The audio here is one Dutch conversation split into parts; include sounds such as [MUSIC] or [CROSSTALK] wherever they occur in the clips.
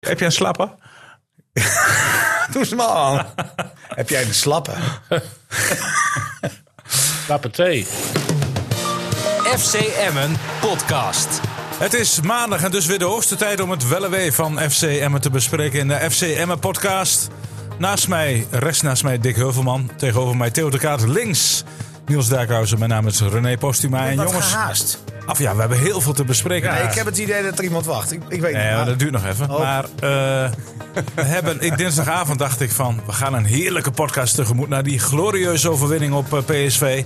heb jij een slappe? Doe ze maar aan. [LAUGHS] Heb jij de slappe? Slappe thee. FC Emmen podcast. Het is maandag en dus weer de hoogste tijd om het wel en wee van FC Emmen te bespreken in de FC Emmen podcast. Naast mij, rechts naast mij, Dick Heuvelman. Tegenover mij Theo de Kaart. Links, Niels Dijkhuizen. Mijn naam is René Postuma. En Wat jongens, gehaast. af ja, we hebben heel veel te bespreken. Nee, ik heb het idee dat er iemand wacht. Ik, ik Nee, weet niet. maar maar- dat duurt nog even. Oh. Maar eh, we hebben, ik, dinsdagavond dacht ik van, we gaan een heerlijke podcast tegemoet naar die glorieuze overwinning op eh, PSV.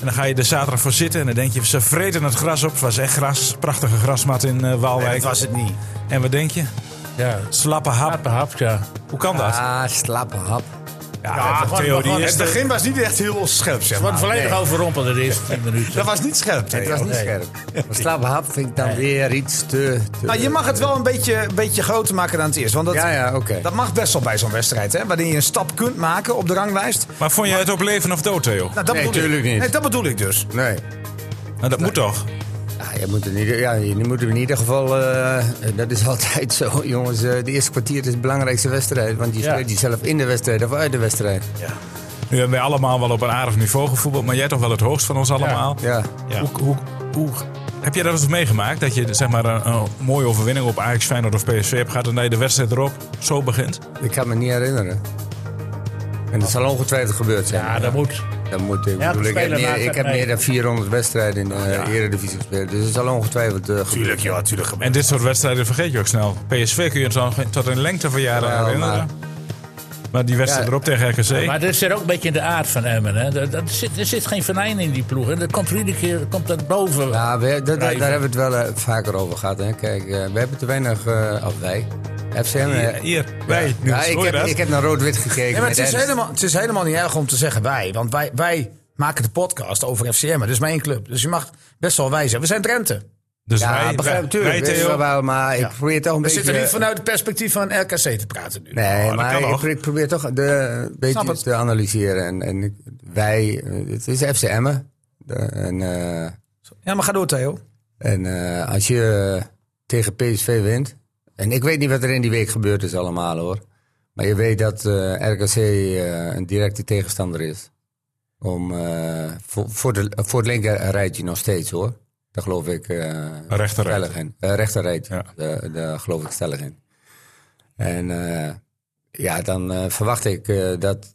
En dan ga je er zaterdag voor zitten en dan denk je, ze vreten het gras op. Het was echt gras, prachtige grasmat in eh, Nee, Waalwijk. dat was het niet. En wat denk je? Ja, Slappe hap. slappe hap, ja. Hoe kan dat? Ah, slappe hap. Ja, gewoon- Theo, die gewoon- is het de- begin was niet echt heel scherp, zeg Wat maar. volledig Nee. overrompeld de eerste 10 minuten. Dat was niet scherp, Het Theo. was niet scherp. [LAUGHS] Maar slappe hap vind ik dan weer iets te... te- Nou, je mag het wel een beetje, een beetje groter maken dan het is. Want dat, Ja, ja, oké. dat mag best wel bij zo'n wedstrijd, hè? Waarin je een stap kunt maken op de ranglijst. Maar vond je het op leven of dood, Theo? Nou, dat Nee, bedoel ik. tuurlijk niet. Nee, dat bedoel ik dus. Nee. Nou, dat moet toch? Ja, je, moet in ieder, ja, je moet in ieder geval... eh, dat is [LAUGHS] altijd zo, jongens. eh, de eerste kwartier is de belangrijkste wedstrijd. Want je Ja. spreekt jezelf in de wedstrijd of uit de wedstrijd. Nu hebben wij allemaal wel op een aardig niveau gevoetbald, maar jij toch wel het hoogst van ons allemaal. Ja. Ja. Hoe, hoe, hoe, heb jij dat eens meegemaakt? Dat je zeg maar, een, een mooie overwinning op Ajax, Feyenoord of PSV hebt gehad... en dat je de wedstrijd erop zo begint? Ik kan me niet herinneren. En dat zal ongetwijfeld gebeurd zijn. Ja, Ah, dat moet. Dat moet ik. Ja, bedoel, ik heb, speler meer, maakt ik het heb mee. meer dan 400 wedstrijden in de eh, Eredivisie gespeeld. Dus het zal ongetwijfeld eh, gebeuren. Tuurlijk, ja, tuurlijk. En dit soort wedstrijden vergeet je ook snel. PSV kun je dan geen- tot een lengte van jaren Jawel, herinneren. Maar, maar- die wedstrijd Ja. erop tegen RKC... Maar dat zit ook een beetje in de aard van Emmen. Hè. Dat, dat zit, er zit geen venijn in die ploeg. En dat komt er iedere keer komt dat boven. Ja, we- da- da- Drijven. daar hebben we het wel eh, vaker over gehad. Hè. Kijk, eh, we hebben te weinig... eh of wij. FCM... hier, eh, hier, wij. nu ja, ik, hoor je heb, dat? ik heb naar rood-wit gekeken. Ja, maar het, met is Ernst. helemaal, het is helemaal niet erg om te zeggen wij. Want wij, wij maken de podcast over FCM. Dat is mijn club. Dus je mag best wel wij zijn. We zijn Drenthe. Dus Ja, wij, begrijp dus wij, natuurlijk. wij, weet je Theo. wel, maar ik probeer toch een We beetje... zitten nu vanuit het perspectief van RKC te praten nu. Nee, Oh, dat maar kan ik nog. probeer, ik probeer toch de, een beetje het. te analyseren. En, en ik- wij... eh, Het is FC Emmen. De- En... eh, Ja, maar ga door Theo. En eh, als je eh, tegen PSV wint. En ik weet niet wat er in die week gebeurd is allemaal hoor. Maar je weet dat eh, RKC eh, een directe tegenstander is. Om, eh, voor, voor, de, voor het linker rijtje nog steeds hoor. Daar geloof ik eh Rechter rijtje. stellig in. Eh, rechter rijtje, Ja. daar, daar geloof ik stellig in. En eh, ja, dan eh, verwacht ik eh, dat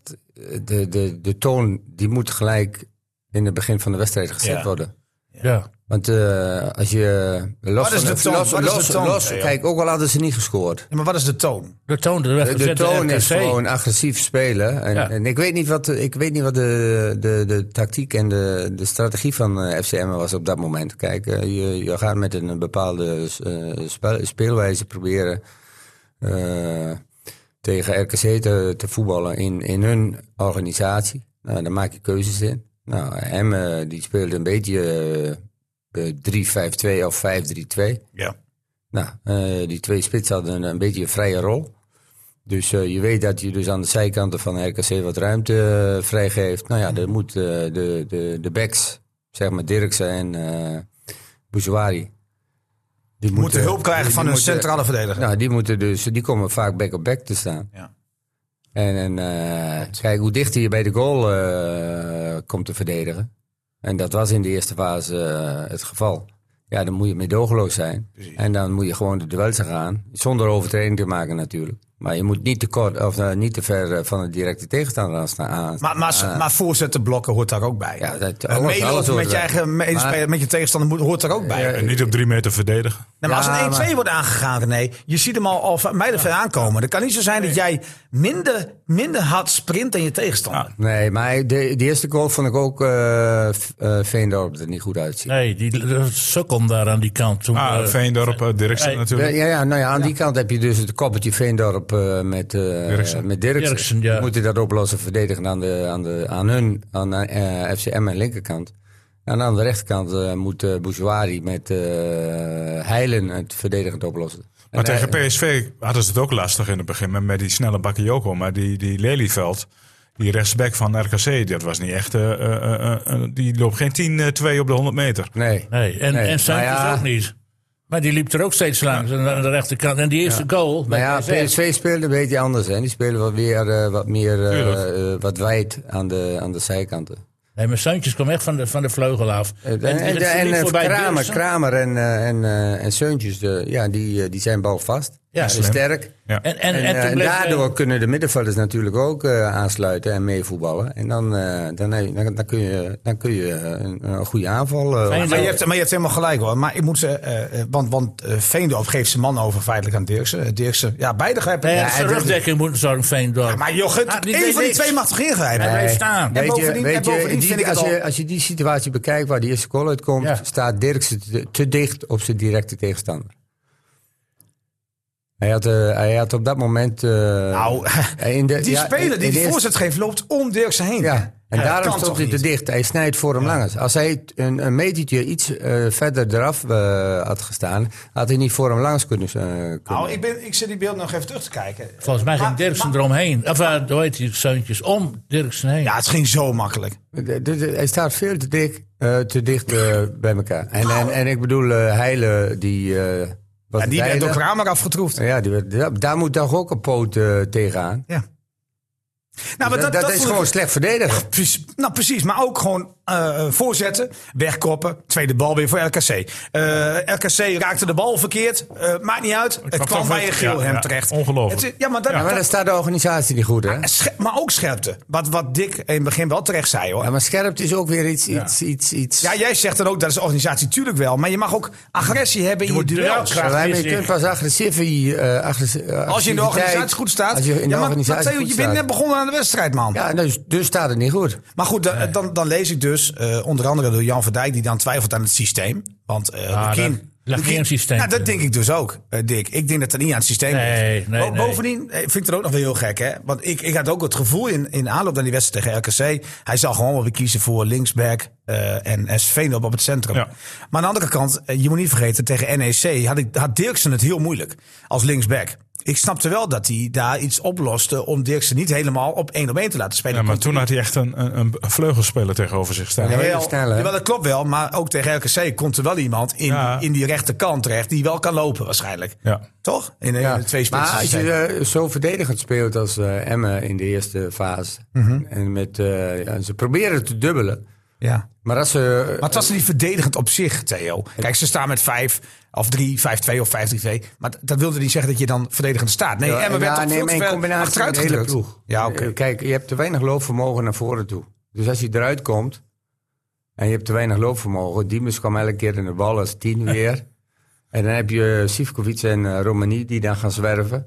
de, de, de toon die moet gelijk in het begin van de wedstrijd gezet Ja. worden. Ja. Want eh, als je los Wat is van de toon? los, Wat is de los- toon? los- kijk, ook al hadden ze niet gescoord. Ja, maar wat is de toon? De toon, de, De, de weggezette toon is RKC. gewoon agressief spelen. En, Ja. en ik weet niet wat, ik weet niet wat de, de, de tactiek en de, de strategie van eh, FCM was op dat moment. Kijk, eh, je, je gaat met een bepaalde eh, spel- speelwijze proberen eh, tegen RKC te, te voetballen in, in hun organisatie. Nou, daar maak je keuzes in. Nou, hem eh, die speelde een beetje eh, eh, 3-5-2 of 5-3-2. Ja. Nou, eh, die twee spitsen hadden een, een beetje een vrije rol. Dus eh, je weet dat je dus aan de zijkanten van RKC wat ruimte eh, vrijgeeft. Nou ja, dan moet eh, de, de, de backs, zeg maar Dirksen en eh Bouzouari... Die Moeten hulp krijgen die- van die hun moeten- centrale verdediger. nou, die, moeten dus, die komen vaak back-op-back te staan. Ja. En, en eh, kijk, hoe dichter je bij de goal eh, komt te verdedigen. En dat was in de eerste fase eh, het geval. Ja, dan moet je meedogenloos zijn. En dan moet je gewoon de duels gaan. Zonder overtreding te maken natuurlijk. Maar je moet niet te, kort, of, eh, niet te ver eh, van de directe tegenstander aan staan. aan- Maar, maar, maar voorzetten blokken hoort daar ook bij. Ja, dat- Eh, alles- meelopen alles hoort met je erbij. eigen medespeler, met je tegenstander moet- hoort daar ook bij. En niet op drie meter verdedigen. Nee, maar Ja, als een 1-2 maar- wordt aangegaan, René, je ziet hem al, al van mijlen ver aankomen. Het kan niet zo zijn dat jij minder, minder hard sprint dan je tegenstander. Nee, maar de, de eerste goal vond ik ook eh v- eh, Veendorp er niet goed uitzien. Nee, die de sukkel daar aan die kant. Toen, Ah, eh, Veendorp, eh, Dirksen nee. natuurlijk. Ja, ja, nou ja, aan die kant heb je dus het koppeltje Veendorp eh, met, eh Dirksen. met Dirksen. Dirksen, ja. Die moeten dat oplossen, verdedigen aan, de, aan, de, aan hun, aan eh FCM en linkerkant. En aan de rechterkant eh, moet eh Bourgeoisie met eh Heilen het verdedigend oplossen. Maar En, tegen eh, PSV hadden ze het ook lastig in het begin met, met die snelle Bakayoko. Maar die, die Lelyveld, die rechtsback van RKC, dat was niet echt... eh, eh, eh, eh, die loopt geen 10-2 op de 100 meter. Nee. Nee, en, Nee, en Sanchez nou ja. ook niet. Maar die liep er ook steeds langs en aan de rechterkant. En die eerste goal. Maar nou ja, dat is echt- PSV speelde een beetje anders. Hè. Die spelen wat, weer, eh, wat meer eh, Tuurlijk. eh, wat wijd aan de, aan de zijkanten. Nee, mijn zoontjes kwam echt van de, van de vleugel af. Eh, En, en, het en, liep eh, voorbij Kramer, Beelsen. Kramer en, eh, en, eh, en Seuntjes, de, ja, die, eh, die zijn balvast. Ja, Ja, slim. sterk. Ja. En, en, En, en, eh, toen bleef, daardoor kunnen de middenvelders natuurlijk ook eh, aansluiten en meevoetballen. En dan, eh, dan, heb- dan, dan kun je, dan kun je eh, een, een goede aanval. eh, Fijn Maar je, Ja. hebt, maar je hebt helemaal gelijk hoor. Maar ik moet ze, eh, eh, want, want eh, Veendorp geeft zijn man over feitelijk aan Dirksen. Eh, Dirksen, ja, beide grijpen. Nee, Ja, hij had zijn en- rugdekking moeten zorgen, Veendorp. Ja, maar joh, Ah, die één deed van Nou, die niks. twee mag toch ingrijpen? Hij Nee. bleef staan. Weet je- bovendien- weet en je, bovendien die- vind ik het als, al- je, als je die situatie bekijkt waar die eerste goal uitkomt, Ja. staat Dirksen te, te dicht op zijn directe tegenstander. Hij had, eh, hij had op dat moment. eh, Nou, in de, die ja, speler die in de die eerste- voorzet geeft, loopt om Dirksen heen. Ja, en dat daarom kan stond toch hij te niet? dicht. Hij snijdt voor hem langers. Als hij t- een, een metertje iets eh, verder eraf eh, had gestaan, had hij niet voor hem langs kunnen. eh, kunnen. Nou, ik, ben, ik zit die beeld nog even terug te kijken. Volgens mij ging Maar- Dirksen maar- eromheen. Of eh, hoe heet die zoontjes? Om Dirksen heen. Ja, het ging zo makkelijk. De- de- de- hij staat veel te, dik, eh, te dicht eh, bij elkaar. En, en, en ik bedoel, eh Heile, die. eh was En Nou. die het, werd door Heile? Kramer afgetroefd. Ja, die werd- daar- daar moet toch ook een poot eh, tegenaan. Ja. Nou, maar dat, dat is vond ik- gewoon slecht verdedigen. Precies, nou precies, maar ook gewoon eh, eh, voorzetten, wegkoppen, tweede bal weer voor RKC. Eh, RKC raakte de bal verkeerd, eh, maakt niet uit, het kwam kwam toch bij wel- een geel ja, hem ja, terecht. ongelooflijk. Het is- Ja, maar, dat, Maar dat- dan staat de organisatie niet goed, hè? sche- maar ook scherpte, wat, wat Dick in het begin wel terecht zei hoor. Ja, Ja, maar scherpte is ook weer iets. iets, iets, iets jij zegt dan ook, dat is de organisatie natuurlijk wel, maar je mag ook agressie hebben in je, moet duels. duelkracht. Wij is je zich. kunt pas agressief, eh, agressi- Als je in de agressiviteit- organisatie goed staat. Als je in de ja, maar organisatie dat zei je, goed je bent staat. net begonnen aan de wedstrijd, man. Ja, dus, dus staat het niet goed. Maar goed, dan, dan, dan lees ik dus eh, onder andere door Jan van Dijk die dan twijfelt aan het systeem. Want eh Ah, Lukien- dat lag niet Lukien- aan het systeem. Nou, dat denk ik dus ook, eh, Dick. Ik denk dat dat niet aan het systeem Nee, ligt. nee, Bo- nee. Bovendien eh, vind ik dat ook nog wel heel gek. Hè? Want ik, ik had ook het gevoel in, in aanloop naar die wedstrijd tegen RKC. Hij zal gewoon wel weer kiezen voor linksback eh en SV op het centrum. Ja. Maar aan de andere kant, eh, je moet niet vergeten, tegen NEC had, ik, had Dirksen het heel moeilijk als linksback. Ik snapte wel dat hij daar iets oploste om Dirksen niet helemaal op één op één te laten spelen. Ja, maar toen had hij echt een, een, een vleugelspeler tegenover zich staan. Ja, Ja, hele Wel, snelle, hè? jawel, dat klopt wel. Maar ook tegen RKC komt er wel iemand in, Ja. in die rechterkant terecht. die wel kan lopen, waarschijnlijk. Toch? In, in Ja. de twee spitsen. maar als je eh, zo verdedigend speelt als eh Emmen in de eerste fase. Mhm. en met, eh, ja, ze proberen te dubbelen. ja. Maar als ze. Maar het was niet verdedigend op zich, Theo. Kijk, ze staan met 5 of 3, 5-2 of 5-3-2. Maar d- dat wilde niet zeggen dat je dan verdedigend staat. Nee, Ja, Emmen werd ja, toch nee, veel maar te ver in combinatie met achteruit de hele gedrukt. ploeg. Ja, oké. Eh, Kijk, je hebt te weinig loopvermogen naar voren toe. Dus als je eruit komt en je hebt te weinig loopvermogen. Diemers kwam elke keer in de bal als tien weer. en dan heb je Sivkovic en eh, Romani die dan gaan zwerven.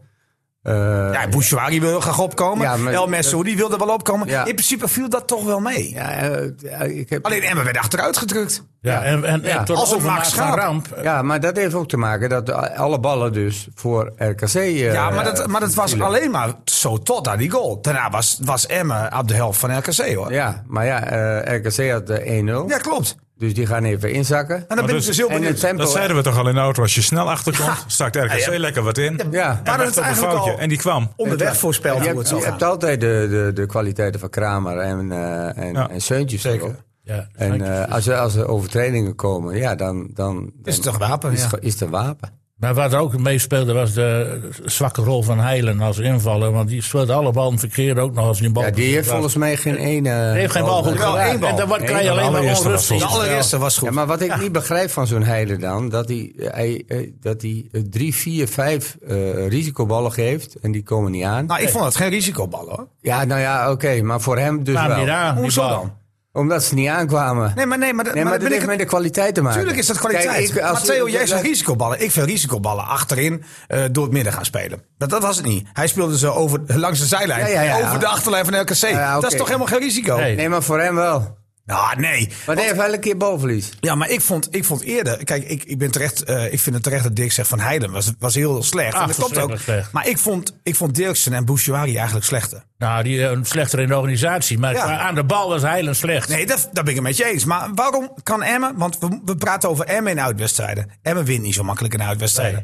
Eh, Ja, Bouchouari wil heel graag opkomen. Ja, maar- El Messo, die wilde wel opkomen. Ja. In principe viel dat toch wel mee. ja, eh, ik heb, Alleen Emmen werd achteruit gedrukt. Ja, en, en, en Ja. tot Als een overmaat Max van Schaap. ramp. Ja, maar dat heeft ook te maken dat alle ballen dus voor RKC. eh, Ja, maar dat, maar dat was vielen. alleen maar zo tot aan die goal. Daarna was, was Emmen op de helft van RKC hoor. Ja, Ja, maar ja, eh, RKC had eh, 1-0. klopt. Dus die gaan even inzakken. En dan ben dus- ik dus heel En het benieuwd. tempo. Dat zeiden we toch al in de auto. Als je snel achterkomt, stakt RKC Ja, ja. lekker wat in. En ja. Maar dat werd is op een eigenlijk foutje. al- En die kwam. Onderweg voorspeld hoe Je het hebt, zou je gaan. hebt altijd de, de, de kwaliteiten van Kramer en, eh en, Ja, en Seuntjes zeker. erop. Ja, En eh, als, er, als er overtredingen komen, ja, dan, dan, dan Is het een wapen? is, ja. ge- is het een wapen. Maar wat ook meespeelde was de zwakke rol van Heilen als invaller. Want die speelde alle ballen verkeerd ook nog als die bal. Ja, die heeft was. volgens mij geen ene... Die heeft geen bal goed Wel gedaan. één bal. En dan wordt- Eén krijg je bal. alleen maar Allereerste was onrust. in De volgens je spel. allereerste was goed. Ja, maar wat ik niet begrijp van zo'n Heide dan, dat hij, hij, eh, dat hij eh, drie, vier, vijf eh, risicoballen geeft en die komen niet Ah. aan. Nou, ik vond dat geen risicobal hoor. Ja, nou ja, oké, maar voor hem dus Kwam niet wel. aan, die Hoezo bal. dan? Omdat ze niet aankwamen. Nee, maar, nee, maar, dat- Eh, Nee, maar, maar dat dan ben heeft ik met de kwaliteit te maken. Tuurlijk is dat kwaliteit. Kijk, ik- als- maar Theo, jij dat- zegt risicoballen. Ik vind risicoballen achterin eh, door het midden gaan spelen. Dat, dat was het niet. Hij speelde ze over, langs de zijlijn. Ja, ja, ja. Over de achterlijn van LKC. ja, Dat oké. is toch helemaal geen risico? Nee. Nee, maar voor hem wel. Nou, nee. Maar hij heeft wel een keer balverlies. Ja, maar ik vond, ik vond eerder. Kijk, ik, ik, ben terecht, eh, ik vind het terecht dat Dirk zegt van Heiden was, was heel slecht. Ah, en dat klopt ook. verschrikkelijk slecht. Maar ik vond, ik vond Dirksen en Bouchouari eigenlijk slechter. Nou, die eh, slechter in de organisatie. Maar Ja. qua- aan de bal was Heilen slecht. Nee, dat, dat ben ik het met je eens. Maar waarom kan Emmen. Want we, we praten over Emmen in uitwedstrijden. Emmen wint niet zo makkelijk in uitwedstrijden.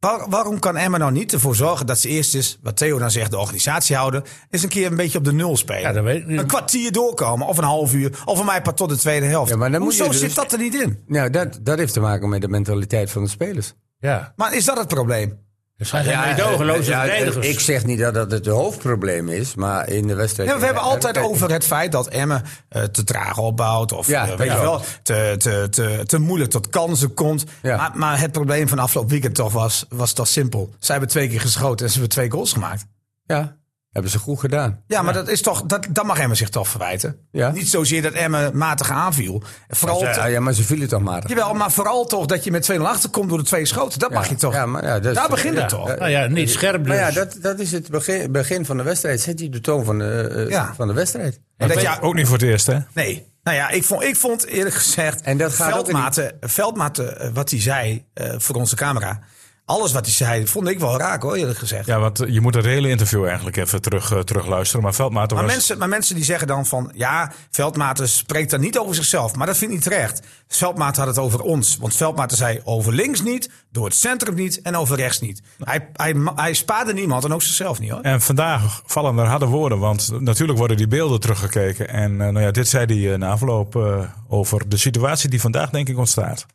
Waar- waarom kan Emma nou niet ervoor zorgen dat ze eerst eens, wat Theo dan zegt, de organisatie houden, eens een keer een beetje op de nul spelen? Ja, dat weet ik niet. Een kwartier doorkomen, of een half uur, of een mij pas tot de tweede helft. Ja, maar dan moet Hoezo je dus- zit dat er niet in? Nou, dat, dat heeft te maken met de mentaliteit van de spelers. Ja. Maar is dat het probleem? Er zijn geen Ja, meedogenloze eh, ja, verdedigers. Ik zeg niet dat dat het hoofdprobleem is, maar in de wedstrijd. Ja, we hebben altijd Kijk, over het feit dat Emmen eh, te traag opbouwt. Of Ja, eh, weet ja. je wel, te, te, te, te moeilijk tot kansen komt. Ja. Maar, maar het probleem van afgelopen weekend toch was, was toch simpel. Zij hebben twee keer geschoten en ze hebben twee goals gemaakt. Ja, hebben ze goed gedaan. Ja, maar dat is toch, dat, dat mag Emmen zich toch verwijten. Ja. Niet zozeer dat Emmen matig aanviel. Vooral te- Ja, ja, maar ze vielen toch maar. jawel, maar vooral toch dat je met 2-0 achterkomt door de twee schoten. Dat mag je toch. Ja, maar ja, dat is- Daar begint ja. het toch. Nou ja, niet scherp dus. Maar ja, dat, dat is het begin, begin van de wedstrijd. Zet hij de toon van de, eh, Ja. van de wedstrijd? En dat Dat je ja, ook niet voor het eerst, hè? Nee. Nou ja, ik vond, ik vond eerlijk gezegd. En dat gaat ook in die- Veldmaten, Veldmaten, eh, wat hij zei eh, voor onze camera. Alles wat hij zei, vond ik wel raak hoor, eerlijk gezegd. Ja, want eh, je moet het hele interview eigenlijk even terug, eh, terugluisteren. Maar Veldmaten Maar was... mensen, maar mensen die zeggen dan van ja, Veldmaten spreekt dan niet over zichzelf. Maar dat vind ik niet terecht. Veldmaten had het over ons. Want Veldmaten zei over links niet, door het centrum niet en over rechts niet. Hij, hij, ma- hij spaarde niemand en ook zichzelf niet hoor. En vandaag vallen er harde woorden, want natuurlijk worden die beelden teruggekeken. En eh, nou ja, dit zei hij eh, na afloop eh, over de situatie die vandaag denk ik ontstaat.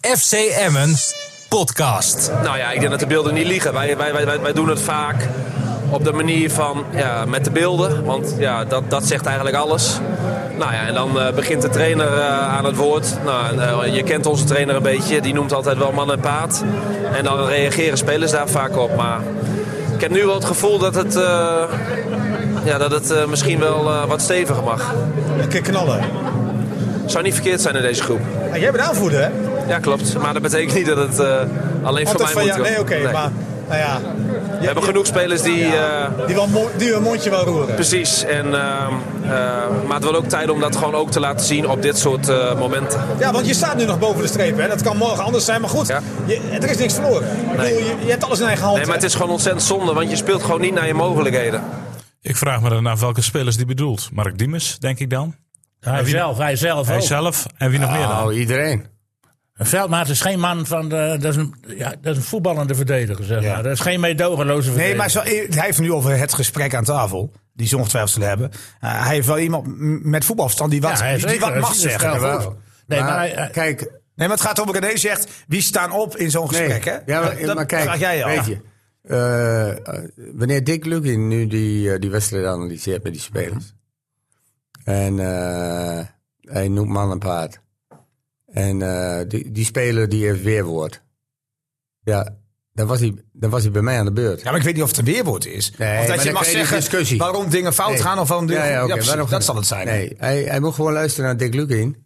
FC Emmen podcast. Nou ja, ik denk dat de beelden niet liegen. Wij, wij, wij, wij- wij doen het vaak op de manier van ja, met de beelden. Want ja, dat, dat zegt eigenlijk alles. Nou ja, en dan eh, begint de trainer eh, aan het woord. Nou, en, eh, je kent onze trainer een beetje. Die noemt altijd wel man en paard. En dan reageren spelers daar vaak op. Maar ik heb nu wel het gevoel dat het, eh, ja, dat het eh, misschien wel eh, wat steviger mag. Een keer knallen. Ah, Zou niet verkeerd zijn in deze groep. jij bent aanvoerder hè? Ja, klopt. Maar dat betekent niet dat het eh, alleen van mij Ah moet komen. Nee. nou ja. We hebben genoeg spelers die... eh, Die, wel, die hun mondje wel roeren. Precies, en, ehm, eh, maar het wordt ook tijd om dat gewoon ook te laten zien op dit soort eh, momenten. Ja, want je staat nu nog boven de streep. Hè? Dat kan morgen anders zijn, maar goed. Ja. Je, er is niks verloren. Ik Nee. bedoel, je, je hebt alles in eigen hand. Nee, maar het is gewoon ontzettend zonde, want je speelt gewoon niet naar je mogelijkheden. Ik vraag me dan af welke spelers die bedoelt. Mark Diemers, denk ik dan. hij zelf, hij zelf Oh. ook. Hijzelf en wie nog meer dan? Nou, iedereen. Een veldmaat is geen man van... De, dat, is een, ja, dat is een voetballende verdediger, zeg maar. Dat is geen meedogenloze verdediger. Nee, maar zo, eh, hij heeft nu over het gesprek aan tafel. Die ze ongetwijfeld zullen hebben. Eh, hij heeft wel iemand m- met voetbalverstand die wat, Ja, hij die- die zeker. wat mag Hij ziet het zeggen. wel Nee, goed. Nee, maar, hij- hij- kijk. maar het gaat om René zegt, wie staan op in zo'n nee. gesprek, hè? Ja, maar, Dat- maar kijk, vraag jij al. weet je. eh, eh, wanneer Dick Lugin nu die, eh, die wedstrijd analyseert met die spelers. Mhm. En eh, hij noemt man en paard. En eh, die, die speler die heeft weerwoord. Ja, dan was, hij, dan was hij bij mij aan de beurt. Ja, maar ik weet niet of het een weerwoord is. of Nee, maar dat je dan mag krijg je zeggen discussie. waarom dingen fout Nee. gaan of waarom dingen... Ja, ja, oké, precies, waarom dat gaan- zal het zijn. Nee, hij, hij moet gewoon luisteren naar Dick Lugin.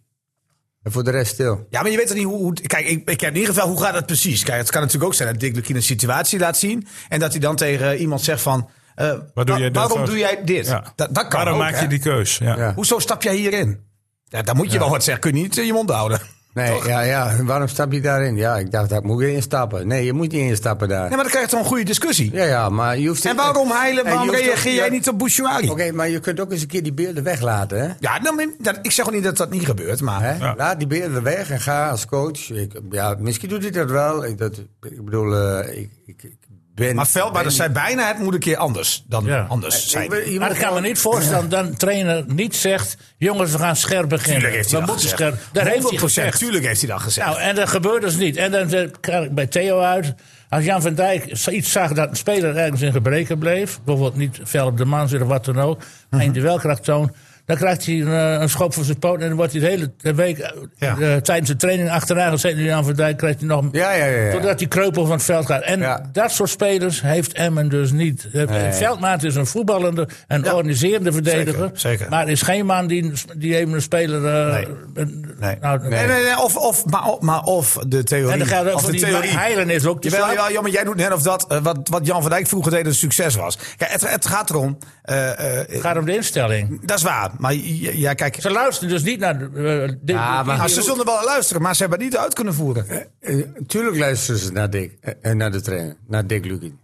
En voor de rest stil. Ja, maar je weet toch niet hoe... hoe- kijk, ik, ik heb in ieder geval, hoe gaat dat precies? Kijk, het kan natuurlijk ook zijn dat Dick Lukien een situatie laat zien... en dat hij dan tegen iemand zegt van... eh, Wat doe wa- jij dat waarom ook? doe jij dit? Ja. Dat, dat kan Waarom ook, maak hè? je die keus? Ja. Ja. Hoezo stap jij hierin? Ja, dan moet je wel wat zeggen. Kun je niet in je mond houden. Nee, ja, ja. Waarom stap je daarin? Ja, ik dacht, daar moet ik instappen. Nee, je moet niet instappen daar. Nee, maar dan krijg je toch een goede discussie. Ja, ja, maar je hoeft... En waarom heilen? En je Waarom hoeft ook- reageer jij ja, niet op Bouchouari? Oké, maar je kunt ook eens een keer die beelden weglaten, hè? Ja, nou, dat- ik zeg ook niet dat dat niet gebeurt, maar... Hè? Laat die beelden weg en ga als coach. Ik, ja, misschien doet hij dat wel. Ik, dat, ik bedoel, eh, ik, ik, ik ben... Maar Veldmaat, dat ben- zei bijna het moet een keer anders dan Ja. anders Ik zijn. wil- je moet Maar ik kan me gewoon- niet voorstellen dat een trainer niet zegt... jongens, we gaan scherp beginnen. Tuurlijk heeft we hij dat moeten gezegd. scherp... Daar heeft hij 100% gezegd. tuurlijk heeft hij dat gezegd. Nou, en dat gebeurt dus niet. En dan eh, krijg ik bij Theo uit. Als Jan van Dijk iets zag dat een speler ergens in gebreken bleef... bijvoorbeeld niet fel op de man zit of wat dan ook... Mhm. geen duelkracht toont... dan krijgt hij een, eh, een schop voor zijn poot... en dan wordt hij de hele week eh, Ja. eh, tijdens de training achteraan gezet. En Jan van Dijk krijgt hij nog... Ja, ja, ja. ja. Totdat die kreupel van het veld gaat. En Ja. dat soort spelers heeft Emmen dus niet. Nee. Veldmaat is een voetballende en organiserende verdediger. Zeker, zeker. Maar is geen man die, die even een speler. eh, Nee. een- Nee. nou, Nee, nee, nee, of, of, maar, of- maar of de theorie. En dan gaat het of over de die theorie. Heilen is ook te Jawel, slap. jawel, jawel, maar jij doet net of dat eh, wat, wat Jan van Dijk vroeger deed een succes was. Kijk, het, het gaat erom. eh, eh, Het gaat om de instelling. dat is waar. Maar j- j- ja, kijk. Ze luisteren dus niet naar. de- eh, de- Ja, maar- ah, die- ze zullen wel luisteren, maar ze hebben het niet uit kunnen voeren. Eh, tuurlijk luisteren ze naar Dick. eh, eh, naar de trainer. Naar Dick Lugin.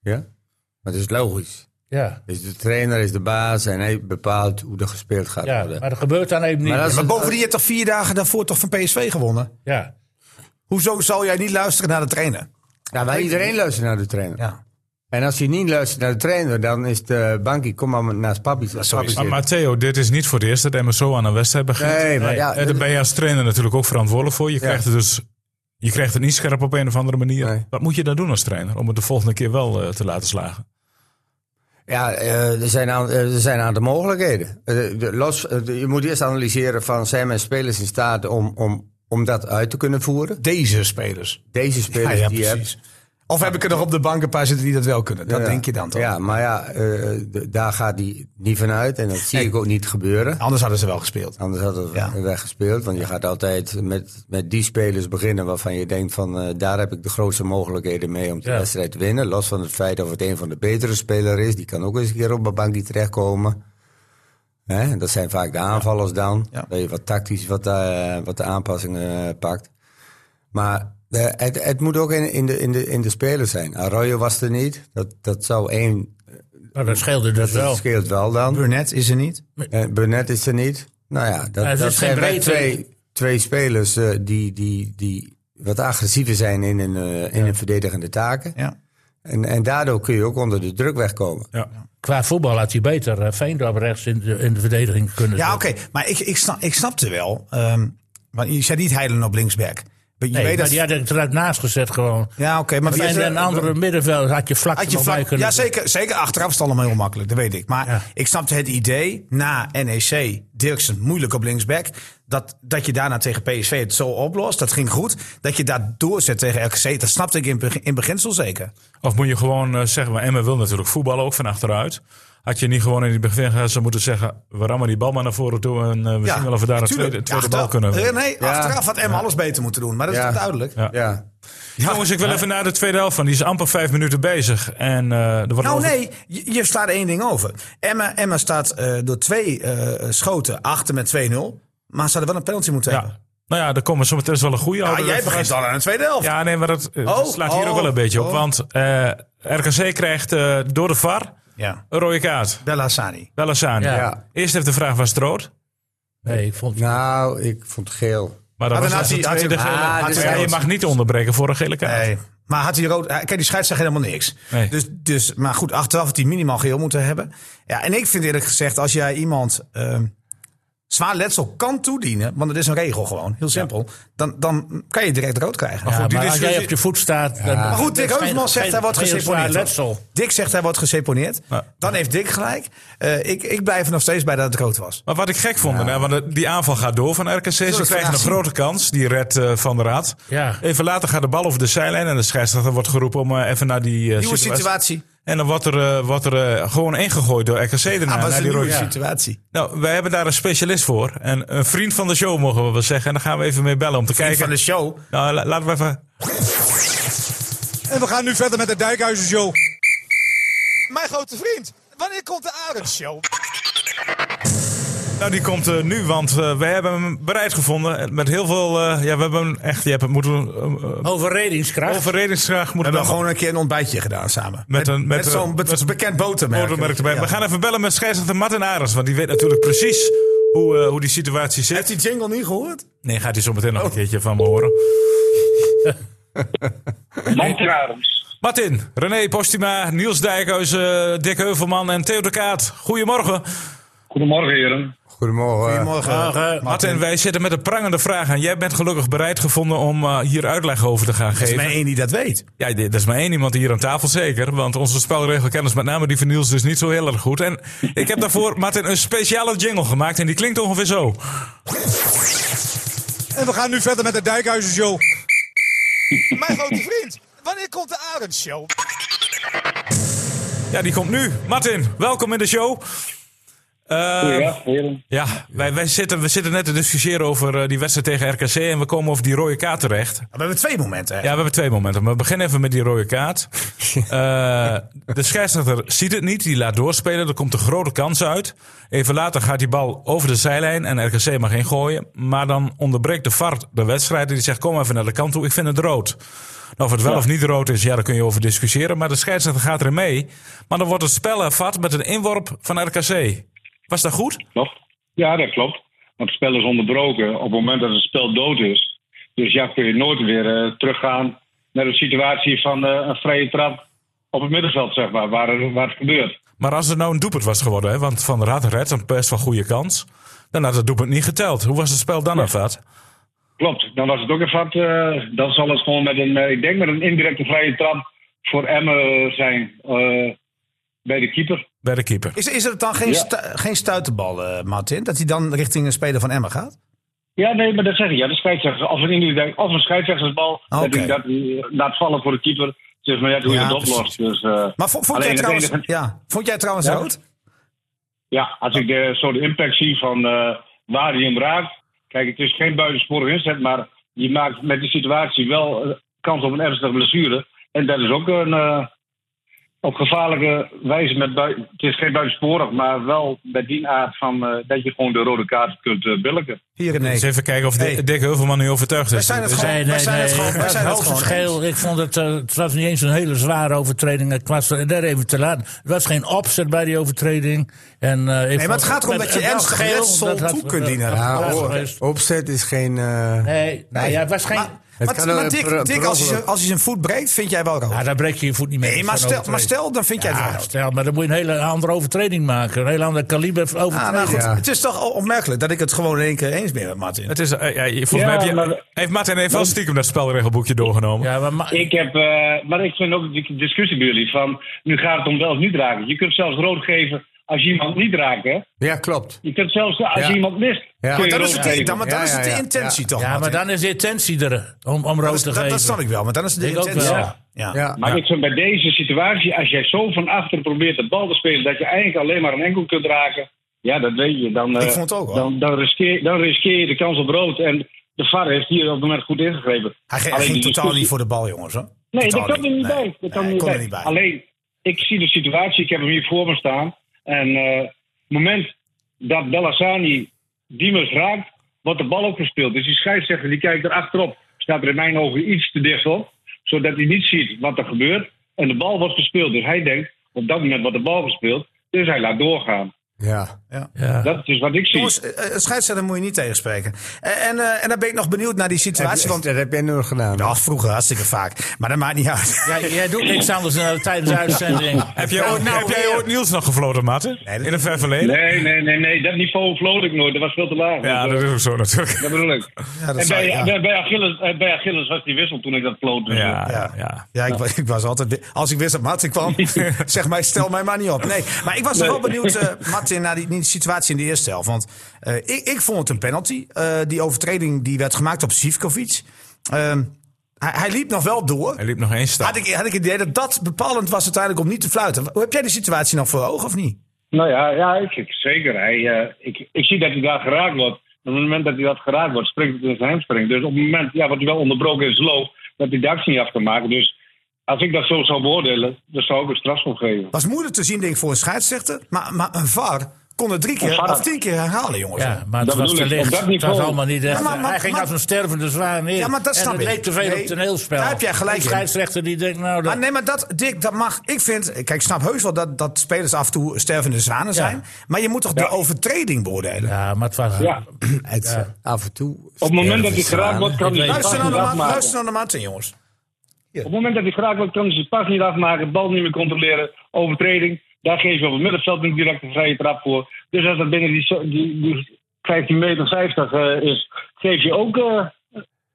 Ja? Maar het is logisch. ja, Dus de trainer is de baas en hij bepaalt hoe er gespeeld gaat ja, worden. maar dat gebeurt dan even niet. Maar dat is- Maar bovendien, je hebt toch vier dagen daarvoor toch van PSV gewonnen? ja. Hoezo zou jij niet luisteren naar de trainer? Nou, maar iedereen luistert naar de trainer. Ja. En als je niet luistert naar de trainer, dan is de bankie, kom maar naast papi. papi Maar zitten. Matteo, dit is niet voor het eerst dat MSO aan een wedstrijd begint. Nee, maar ja, En daar ben je als trainer natuurlijk ook verantwoordelijk voor. Je krijgt het dus je krijgt het niet scherp op een of andere manier. Nee. Wat moet je dan doen als trainer om het de volgende keer wel eh, te laten slagen? Ja, eh, er zijn, aan- eh, er zijn een aantal mogelijkheden. Eh, de- los, eh, de- je moet eerst analyseren van zijn mijn spelers in staat om, om, om dat uit te kunnen voeren. Deze spelers. Deze Ja, spelers ja, die je hebt. precies. Of heb ik er nog op de bank een paar zitten die dat wel kunnen? Dat Ja. denk je dan toch? Ja, maar ja, eh, d- daar gaat hij niet van uit. En dat zie ik ook niet gebeuren. Anders hadden ze wel gespeeld. Anders had het Ja. weggespeeld. Want je gaat altijd met, met die spelers beginnen waarvan je denkt van... eh, daar heb ik de grootste mogelijkheden mee om de Ja. wedstrijd te winnen. Los van het feit of het een van de betere spelers is. Die kan ook eens een keer op een bankje terechtkomen. Hè? Dat zijn vaak de aanvallers dan. Ja. Dat je wat tactisch wat, eh, wat de aanpassingen eh, pakt. Maar eh, het, het moet ook in, in, de, in, de, in de spelers zijn. Arroyo was er niet. Dat, dat zou één... Maar dat scheelde dus Dat wel. scheelt wel dan. Burnett is er niet. Eh, Burnett is er niet. Nou ja, dat, er is dat geen zijn wel breedte. twee, twee spelers eh, die, die, die wat agressiever zijn in hun, eh, in hun verdedigende taken. Ja. En, en daardoor kun je ook onder de druk wegkomen. Ja. Qua voetbal had hij beter eh, Veendorp rechts in de, in de verdediging kunnen Ja, zetten. oké. Maar ik, ik, snap, ik snapte wel. ehm, want je zei niet Heidelen op linksback. Maar je Nee, weet maar dat... die had ik eruit naast gezet gewoon. ja, oké. maar En je- een andere middenveld had je vlak Had je nog bij vlak, kunnen ja, zeker, zeker. Achteraf is het allemaal heel makkelijk, dat weet ik. Maar Ja. ik snapte het idee, na NEC, Dirksen moeilijk op linksback... Dat, dat je daarna tegen PSV het zo oplost, dat ging goed. Dat je daar doorzet tegen RKC, dat snapte ik in, beg- in beginsel zeker. Of moet je gewoon eh, zeggen, maar Emma wil natuurlijk voetballen ook van achteruit. Had je niet gewoon in die begin zou moeten zeggen, we rammen die bal maar naar voren toe en eh, we zien wel of we daar een tuurlijk. tweede, tweede Achter- bal kunnen. Nee, winnen. Eh, nee, Ja. achteraf had Emma alles beter moeten doen, maar dat is Ja. toch duidelijk. Ja. Ja. Jongens, ik wil even naar de tweede helft van. Die is amper vijf minuten bezig. En, eh, er wordt Nou over- nee, je, je slaat één ding over. Emma, Emma staat eh, door twee eh, schoten achter met 2-0. Maar ze hadden wel een penalty moeten hebben. Ja. Nou ja, daar komen we zo meteen. Dat is wel een goede. Ja, oude jij wedstrijd. begint al aan de tweede helft. Ja, nee, maar dat, eh, Oh, slaat hier oh, ook wel een beetje op. oh. Want eh, RKC krijgt eh, door de VAR Ja. een rode kaart. Bella Sani. Bellassani. Ja. Ja. Eerst heeft de vraag, was het rood? Nee, ik vond Nou, ik vond geel. Maar dat Maar was dan had als de hij- had tweede hij- dus- gele. ah, Maar dit ja, is je rood. mag niet onderbreken voor een gele kaart. Nee. Maar had hij rood... eh, Kijk, die scheids zag helemaal niks. Nee. Dus, dus, maar goed, achteraf had hij minimaal geel moeten hebben. Ja, en ik vind eerlijk gezegd, als jij iemand ehm, zwaar letsel kan toedienen... want het is een regel gewoon, heel simpel... Dan, dan kan je direct rood krijgen. Ja, Goed, die maar als discussie- jij op je voet staat... dan- Maar goed, Dick dan- Heuvelman zegt hij wordt geen- geen zwaar geseponeerd. letsel. Dick zegt hij wordt geseponeerd. Ja. Dan heeft Dick gelijk. Eh, ik, ik blijf er nog steeds bij dat het rood was. Maar wat ik gek vond, hè, want eh, die aanval gaat door van RKC. Ze het krijgen graag een zien? grote kans, die red eh, van de Raad. Ja. Even later gaat de bal over de zijlijn en de scheidsrechter wordt geroepen om eh, even naar die eh, Nieuwe situatie. En dan wordt er, eh, wordt er eh, gewoon ingegooid door RKC erna, naar Ah, was een nou, die nieuwe rode situatie. Nou, wij hebben daar een specialist voor. En een vriend van de show, mogen we wel zeggen. En daar gaan we even mee bellen om te Eén kijken. van de show. Nou, la- laten we even... En we gaan nu verder met de Dijkhuizen Show. Mijn grote vriend, wanneer komt de Arend Show? Nou, die komt eh, nu, want eh, we hebben hem bereid gevonden. En Met heel veel... eh, ja, we hebben hem echt... Je hebt het moeten... eh, eh, Overredingskracht. overredingsgraag We moeten hebben gewoon een keer een ontbijtje gedaan samen. Met een- met een- zo'n met met een bekend botermerk. Motormerk erbij. Ja. We gaan even bellen met scheidsrechter Martin Arends. Want die weet natuurlijk precies hoe, eh, hoe die situatie zit. Heeft die jingle niet gehoord? Nee, gaat hij zo meteen nog een keertje van me horen. Martin Adams. Martin, René Postuma, Niels Dijkhuizen, eh, Dick Heuvelman en Theo de Kaat. Goedemorgen. Goedemorgen, heren. Goedemorgen. Goedemorgen. eh, Morgen. Martin, wij zitten met een prangende vraag aan. Jij bent gelukkig bereid gevonden om eh, hier uitleg over te gaan Er is geven. maar één die dat weet. Ja, dit- dat is maar één iemand hier aan tafel zeker. Want onze spelregelkennis, met name die van Niels, dus niet zo heel erg goed. En ik heb daarvoor, Martin, een speciale jingle gemaakt. En die klinkt ongeveer zo. En we gaan nu verder met de Dijkhuizen Show. Mijn grote vriend, wanneer komt de Arend Show? Ja, die komt nu. Martin, welkom in de show. Eh, Goeiedag, heren. ja, wij, wij zitten, we zitten net te discussiëren over eh, die wedstrijd tegen RKC. En we komen over die rode kaart terecht. Maar we hebben twee momenten. hè. Ja, we hebben twee momenten. Maar we beginnen even met die rode kaart. Eh, de scheidsrechter ziet het niet. Die laat doorspelen. Er komt een grote kans uit. Even later gaat die bal over de zijlijn. En RKC mag ingooien. Maar dan onderbreekt de VAR de wedstrijd. En die zegt, kom even naar de kant toe. Ik vind het rood. Nou, of het wel of niet rood is, ja, daar kun je over discussiëren. Maar de scheidsrechter gaat erin mee. Maar dan wordt het spel hervat met een inworp van RKC. Was dat goed? Klopt? Ja, dat klopt. Want het spel is onderbroken op het moment dat het spel dood is. Dus ja, kun je nooit weer eh, teruggaan naar een situatie van eh, een vrije trap op het middenveld, zeg maar, waar, waar het gebeurt. Maar als er nou een doelpunt was geworden, hè, want Van der Rad redt een best wel goede kans. Dan had het doelpunt niet geteld. Hoe was het spel dan, Afat? Klopt, dan was het ook een vat. eh, dan zal het gewoon met een, eh, ik denk met een indirecte vrije trap voor Emmen zijn eh, bij de keeper. Bij de keeper. Is, is er dan geen, Ja. stu- geen stuitenbal, eh, Martin? Dat hij dan richting een speler van Emmen gaat? Ja, nee, maar dat zeg ik. Ja, de scheidsrechter. Of een, individu- of een scheidsrechtersbal. Ah, Oké. Dat hij dat eh, laat vallen voor de keeper. Het is maar net hoe je Ja, het oplost. Dus, eh, Maar vo- vond, alleen jij het trouwens, enige- ja, vond jij trouwens Ja. rood? ja, als ik de, zo de impact zie van eh, waar hij hem raakt. Kijk, het is geen buitensporige inzet. Maar je maakt met die situatie wel eh, kans op een ernstige blessure. En dat is ook een. eh, op gevaarlijke wijze met bui- Het is geen buitensporig, maar wel met die aard van. eh, dat je gewoon de rode kaart kunt eh, billiken. Hier in nee. Eens Dus even kijken of Di- Hey. Dick Heuvelman nu overtuigd Wij is. zijn het gewoon. Nee, wij nee, zijn nee. het gewoon. Wij Het zijn het gewoon. hoofdverschil, ik vond het, eh, het was niet eens een hele zware overtreding. Het was er daar even te laat. Er was geen opzet bij die overtreding. En, eh, Nee, ik maar het vond- gaat erom met- dat je wel ernstig geel, letsel dat had- toe kunt dienen. dat had Ja, wel hoor, geweest. Eh, opzet is geen. eh, Nee, nou ja, het was geen... Maar, Het maar, kan maar een Dick, Dick, pro- als, hij, proper- zijn- als hij zijn voet breekt, vind jij wel rood? Ja, daar breek je je voet niet mee. nee, met maar zo'n stel, maar overtreding. stel, dan vind jij het wel Ja, rood. stel, maar dan moet je een hele andere overtreding maken. Een heel ander kaliber overtreding. Ah, nou goed, Ja. Het is toch al opmerkelijk dat ik het gewoon in één keer eens ben met Martin. Het is, eh, ja, je- volgens mij heb je, maar- heeft Martin even wel stiekem dat spelregelboekje doorgenomen. ja, maar, ma- Ik heb, eh, maar ik vind ook die discussie bij jullie van, nu gaat het om wel of niet raken. Je kunt zelfs rood geven als je iemand niet raakt, hè. Ja, klopt. Je kunt zelfs eh, als je Ja. iemand mist, Ja. kun Maar je Dan rood is het, geven. dan, maar dan Ja, is het ja, de ja. intentie toch, ja, maar Martin? dan is de intentie er om, om rood Oh, dat, is- te dat, geven. dat snap ik wel, maar dan is het de Ik ook intentie. wel. Ja. Ja. Ja. Maar ik vind bij deze situatie, als jij zo van achter probeert de bal te spelen, dat je eigenlijk alleen maar een enkel kunt raken, ja, dat weet je. Dan, eh, Ik vond het ook, hoor. dan, dan, riskeer, dan riskeer je de kans op rood. En de VAR heeft hier op het moment goed ingegrepen. Hij ging, hij Alleen ging die totaal discussie- niet voor de bal, jongens. Hoor. Nee, Totaal dat kan er niet Nee. bij. Dat kan Nee, er niet kon er bij. niet bij. Alleen, ik zie de situatie, ik heb hem hier voor me staan. En eh, het moment dat Bellassani Diemers raakt, wordt de bal opgespeeld. Dus die scheidsrechter die kijkt er achterop, staat er in mijn ogen iets te dicht op, zodat hij niet ziet wat er gebeurt. En de bal wordt gespeeld. Dus hij denkt, op dat moment wordt de bal gespeeld, dus hij laat doorgaan. Ja. Dat is wat ik zie. Jongens, eh, eh, een scheidsrechter moet je niet tegenspreken. En, en, eh, en dan ben ik nog benieuwd naar die situatie. Want, Dat heb jij nu gedaan. ja, vroeger hartstikke vaak. Maar dat maakt niet uit. Ja, jij doet niks anders dan tijdens de [LAUGHS] uitzending. Heb jij, ooit, heb jij weer. ooit Niels nog gefloten, Martin? Nee, dat- In een ver verleden? Nee, nee, nee, nee, dat niveau vloot ik nooit. Dat was veel te laag. Ja, dat, dat is ook zo natuurlijk. dat bedoel ik. Ja, dat en zou- bij, ja. bij, bij Achilles, eh, bij Achilles was die wissel toen ik dat vloot. Dus, eh, Ja, ja. Ja. Ja, ik, wa- [LAUGHS] ik was altijd. Als ik wist dat Martin kwam, [LAUGHS] zeg maar, stel mij maar niet op. Nee, maar ik was nog wel benieuwd, eh Martin, naar die, die situatie in de eerste helft. Want eh, ik, ik vond het een penalty. Eh, die overtreding die werd gemaakt op Sivkovic. Ehm, hij, hij liep nog wel door. Hij liep nog één stap. Had ik, had ik het idee dat dat bepalend was uiteindelijk om niet te fluiten. Hoe heb jij die situatie nog voor ogen of niet? Nou ja, ja ik, ik- zeker. Hij, eh, ik, ik zie dat hij daar geraakt wordt. En op het moment dat hij dat geraakt wordt, springt het in zijn hamstring. Dus op het moment ja, wordt hij wel onderbroken in zijn loop, dat hij de actie niet af kan maken. Dus als ik dat zo zou beoordelen, dan zou ik een straf voor geven. was moeilijk te zien, denk ik, voor een scheidsrechter. Maar, maar een VAR kon het drie keer VAR. of tien keer herhalen, jongens. Ja, maar het Dat was bedoel te ik, op licht. dat Het was niveau. allemaal niet echt. eh, Ja, maar- maar- hij ging maar- als een stervende zwaar neer. Ja, maar dat snap en ik. het leek te veel Nee, op toneelspel. daar heb jij gelijk De in. scheidsrechter die denkt, nou, dat, Maar nee, maar dat, Dick, dat mag. Ik vind, kijk, ik snap heus wel dat, dat spelers af en toe stervende zwanen zijn. Maar je moet toch de overtreding beoordelen? ja, maar het was... Ja. Het, eh, Af en toe. Op het moment dat hij geraakt wordt, kan hij zijn Luister, pas naar niet de Ma- afmaken. luister naar de Martin, jongens. Op het moment dat hij geraakt wordt, kan hij zijn pas niet afmaken, bal niet meer controleren, overtreding. Daar geef je op het middenveld een directe vrije trap voor. Dus als dat binnen die, zo- die, die 15 meter 50 eh, is, geef je ook eh,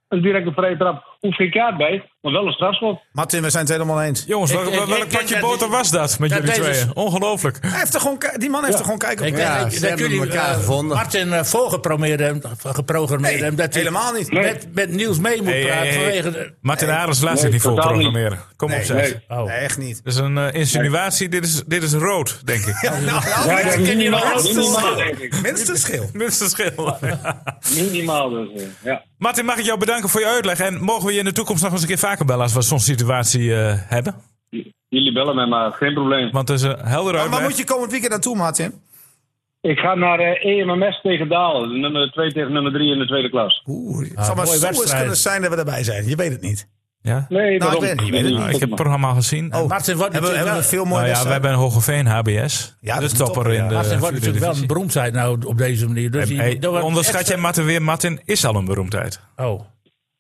een directe vrije trap. Hoeft geen kaart bij, maar wel een strafschop. Martin, we zijn het helemaal eens. Jongens, Ik- welk, ik- ik welk denk pakje dat die- boter was dat met dat jullie deze- tweeën? Ongelooflijk. Hij heeft er gewoon, ki- die man heeft er gewoon kijk op. Ik Ja, denk ze dat hebben jullie elkaar eh, gevonden. Martin eh, voorgeprogrammeerd hebben, geprogrammeerd Nee, hebben dat hij helemaal niet. Met, met Niels mee moet Hey, hey, praten hey. vanwege... de- Martin Arends laat Nee, zich niet voor totaal niet. programmeren. Kom op, zeg. nee. Oh. Nee, echt niet. Dit is een eh, insinuatie. Dit, is, dit is rood, denk ik. Nou, nou, Ja, dat minstens- ken je wel. minimaal, minstens minimaal, schil. denk ik. Minstens schil. Minstens schil. Minimaal dus, eh, ja. Martin, mag ik jou bedanken voor je uitleg. En mogen we je in de toekomst nog eens een keer vaker bellen als we zo'n situatie eh, hebben? Jullie bellen mij maar, geen probleem. Want het is een helder Maar uitleg. waar moet je komend weekend naartoe, Martin? Ik ga naar eh, EMMS tegen Dalen, de nummer 2 tegen nummer 3 in de tweede klas. Oeh, het zou maar mooie zo eens wedstrijd. kunnen zijn dat we erbij zijn. Je weet het niet. ja? Nee, Nou, ik daarom. weet het niet, ik weet het Nou, ik heb het programma al gezien. Oh, Martin wordt hebben we, hebben we natuurlijk veel mooie nou ja, we wedstrijden. hebben een Hogeveen HBS. Ja, de dat is topper een topper, in de ja. Martin wordt vierde natuurlijk wel een divisie. beroemdheid nou op deze manier. Dus die, eh, Hey, dat wordt eh, onderschat extra- jij Martin weer? Martin is al een beroemdheid. Oh.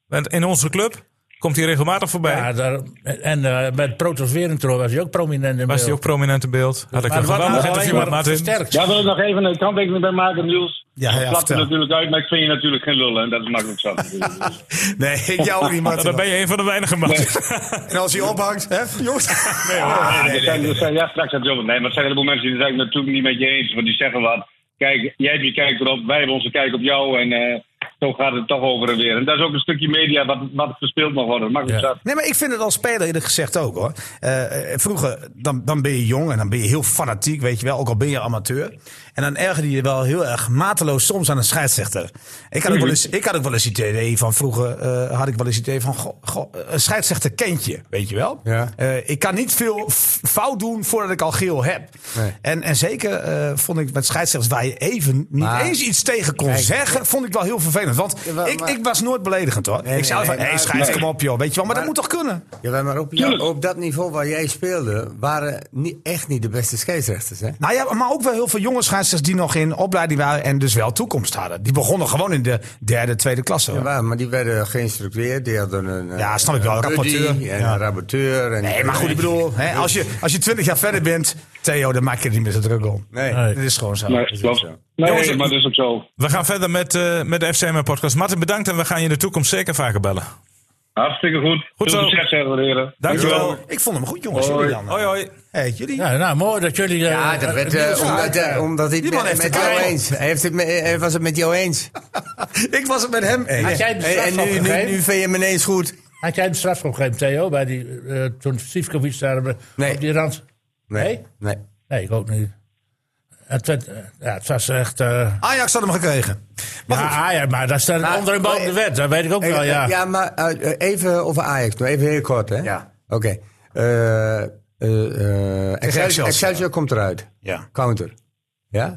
Want in onze club Komt hij regelmatig voorbij? Ja, daar, en eh, met Protos Werentro was hij ook prominent in Was hij beeld. ook prominent in beeld? Had ik Maar een wat geweldig nou alleen interview met maar Martin. versterkt. Daar wil ik nog even een kanttekening bij maken, Niels. Ja, ja, ik klap vertel. er natuurlijk uit, maar ik vind je natuurlijk geen lullen. En dat is makkelijk zat. natuurlijk. Nee, ik jou ook niet, [LAUGHS] Nou, dan Martin. ben je een van de weinigen, Martin. En als hij ophangt, hè, jongens. Ah, dat zijn- dat zijn- Ja, straks had Job. Nee, maar er zijn een heleboel mensen die het eigenlijk natuurlijk niet met je eens. Want die zeggen wat. Kijk, jij hebt je kijk erop, wij hebben onze kijk op jou. En eh, zo gaat het toch over en weer. En dat is ook een stukje media wat, wat verspeeld mag worden. Makkelijk Ja. zat. Nee, maar ik vind het als speler eerlijk gezegd ook hoor. Eh, eh, vroeger, dan, dan ben je jong en dan ben je heel fanatiek, weet je wel, ook al ben je amateur. En dan ergerde je je wel heel erg mateloos soms aan een scheidsrechter. Ik had ook wel eens, ik had ook wel eens het idee van vroeger, eh, had ik wel eens het idee van, goh, goh, een scheidsrechter kent je, weet je wel. Ja. Eh, ik kan niet veel f- fout doen voordat ik al geel heb. Nee. En, en zeker eh, vond ik met scheidsrechters waar je even niet Maar- eens iets tegen kon zeggen, vond ik wel heel vervelend. Want Ja, maar- ik, maar- ik was nooit beledigend hoor. Nee, ik zei nee, van, nee, hé hey, maar- scheids, Nee. kom op joh, weet je wel. Maar, dat moet toch kunnen? Ja, maar op, jou- op dat niveau waar jij speelde, waren niet, echt niet de beste scheidsrechters. Hè? Nou ja, maar ook wel heel veel jonge scheidsrechters die nog in opleiding waren en dus wel toekomst hadden. Die begonnen gewoon in de derde, tweede klasse. hoor. Ja, waar, maar die werden geïnstrueerd. Die hadden een. Ja, eh, snap ik wel, een buddy rapporteur. En Ja. een rapporteur. En nee, maar goed, ik bedoel, hè, als, je, als je twintig jaar verder bent, Theo, dan maak je er niet meer zo druk om. Nee. Nee. Dit is gewoon zo. Nee, klopt. Nee, Jongens, maar dat is ook zo. [LAUGHS] We gaan verder met, eh, met de FCM-podcast. Martin, bedankt en we gaan je in de toekomst zeker vaker bellen. Hartstikke goed. Goed Veel zo. succes, zeggen we, heren. Dankjewel. Ik vond hem goed, jongens. Jullie dan. Hoi, hoi. Hey, jullie? Ja, nou, mooi dat jullie... eh, Ja, dat werd, eh, nieuws- omdat, eh, omdat hij het Die man met, heeft met het jou wel. eens hij heeft. Het met, hij was het met jou eens. Ik was het met hem Had eens. jij de Hey, en strafschop nu, nu, gegeven? nu vind je hem ineens goed. Had jij de strafschop gegeven, Theo? Bij die, eh, toen Sivkovic daar op- Nee. op die rand... Nee. Nee? nee. Nee, ik ook niet. Het, werd, eh, ja, het was echt... eh Ajax had hem gekregen. Maar maar, ja, ah, ja, maar daar staat Maar- onder en boven maar- de wet. Dat weet ik ook Hey, wel, eh, ja. maar eh, eh, even over Ajax. nog Even heel kort, hè? Ja. Oké. Eh, eh, eh, Excelsior, Excelsior. Excelsior komt eruit. Ja. Counter. Ja?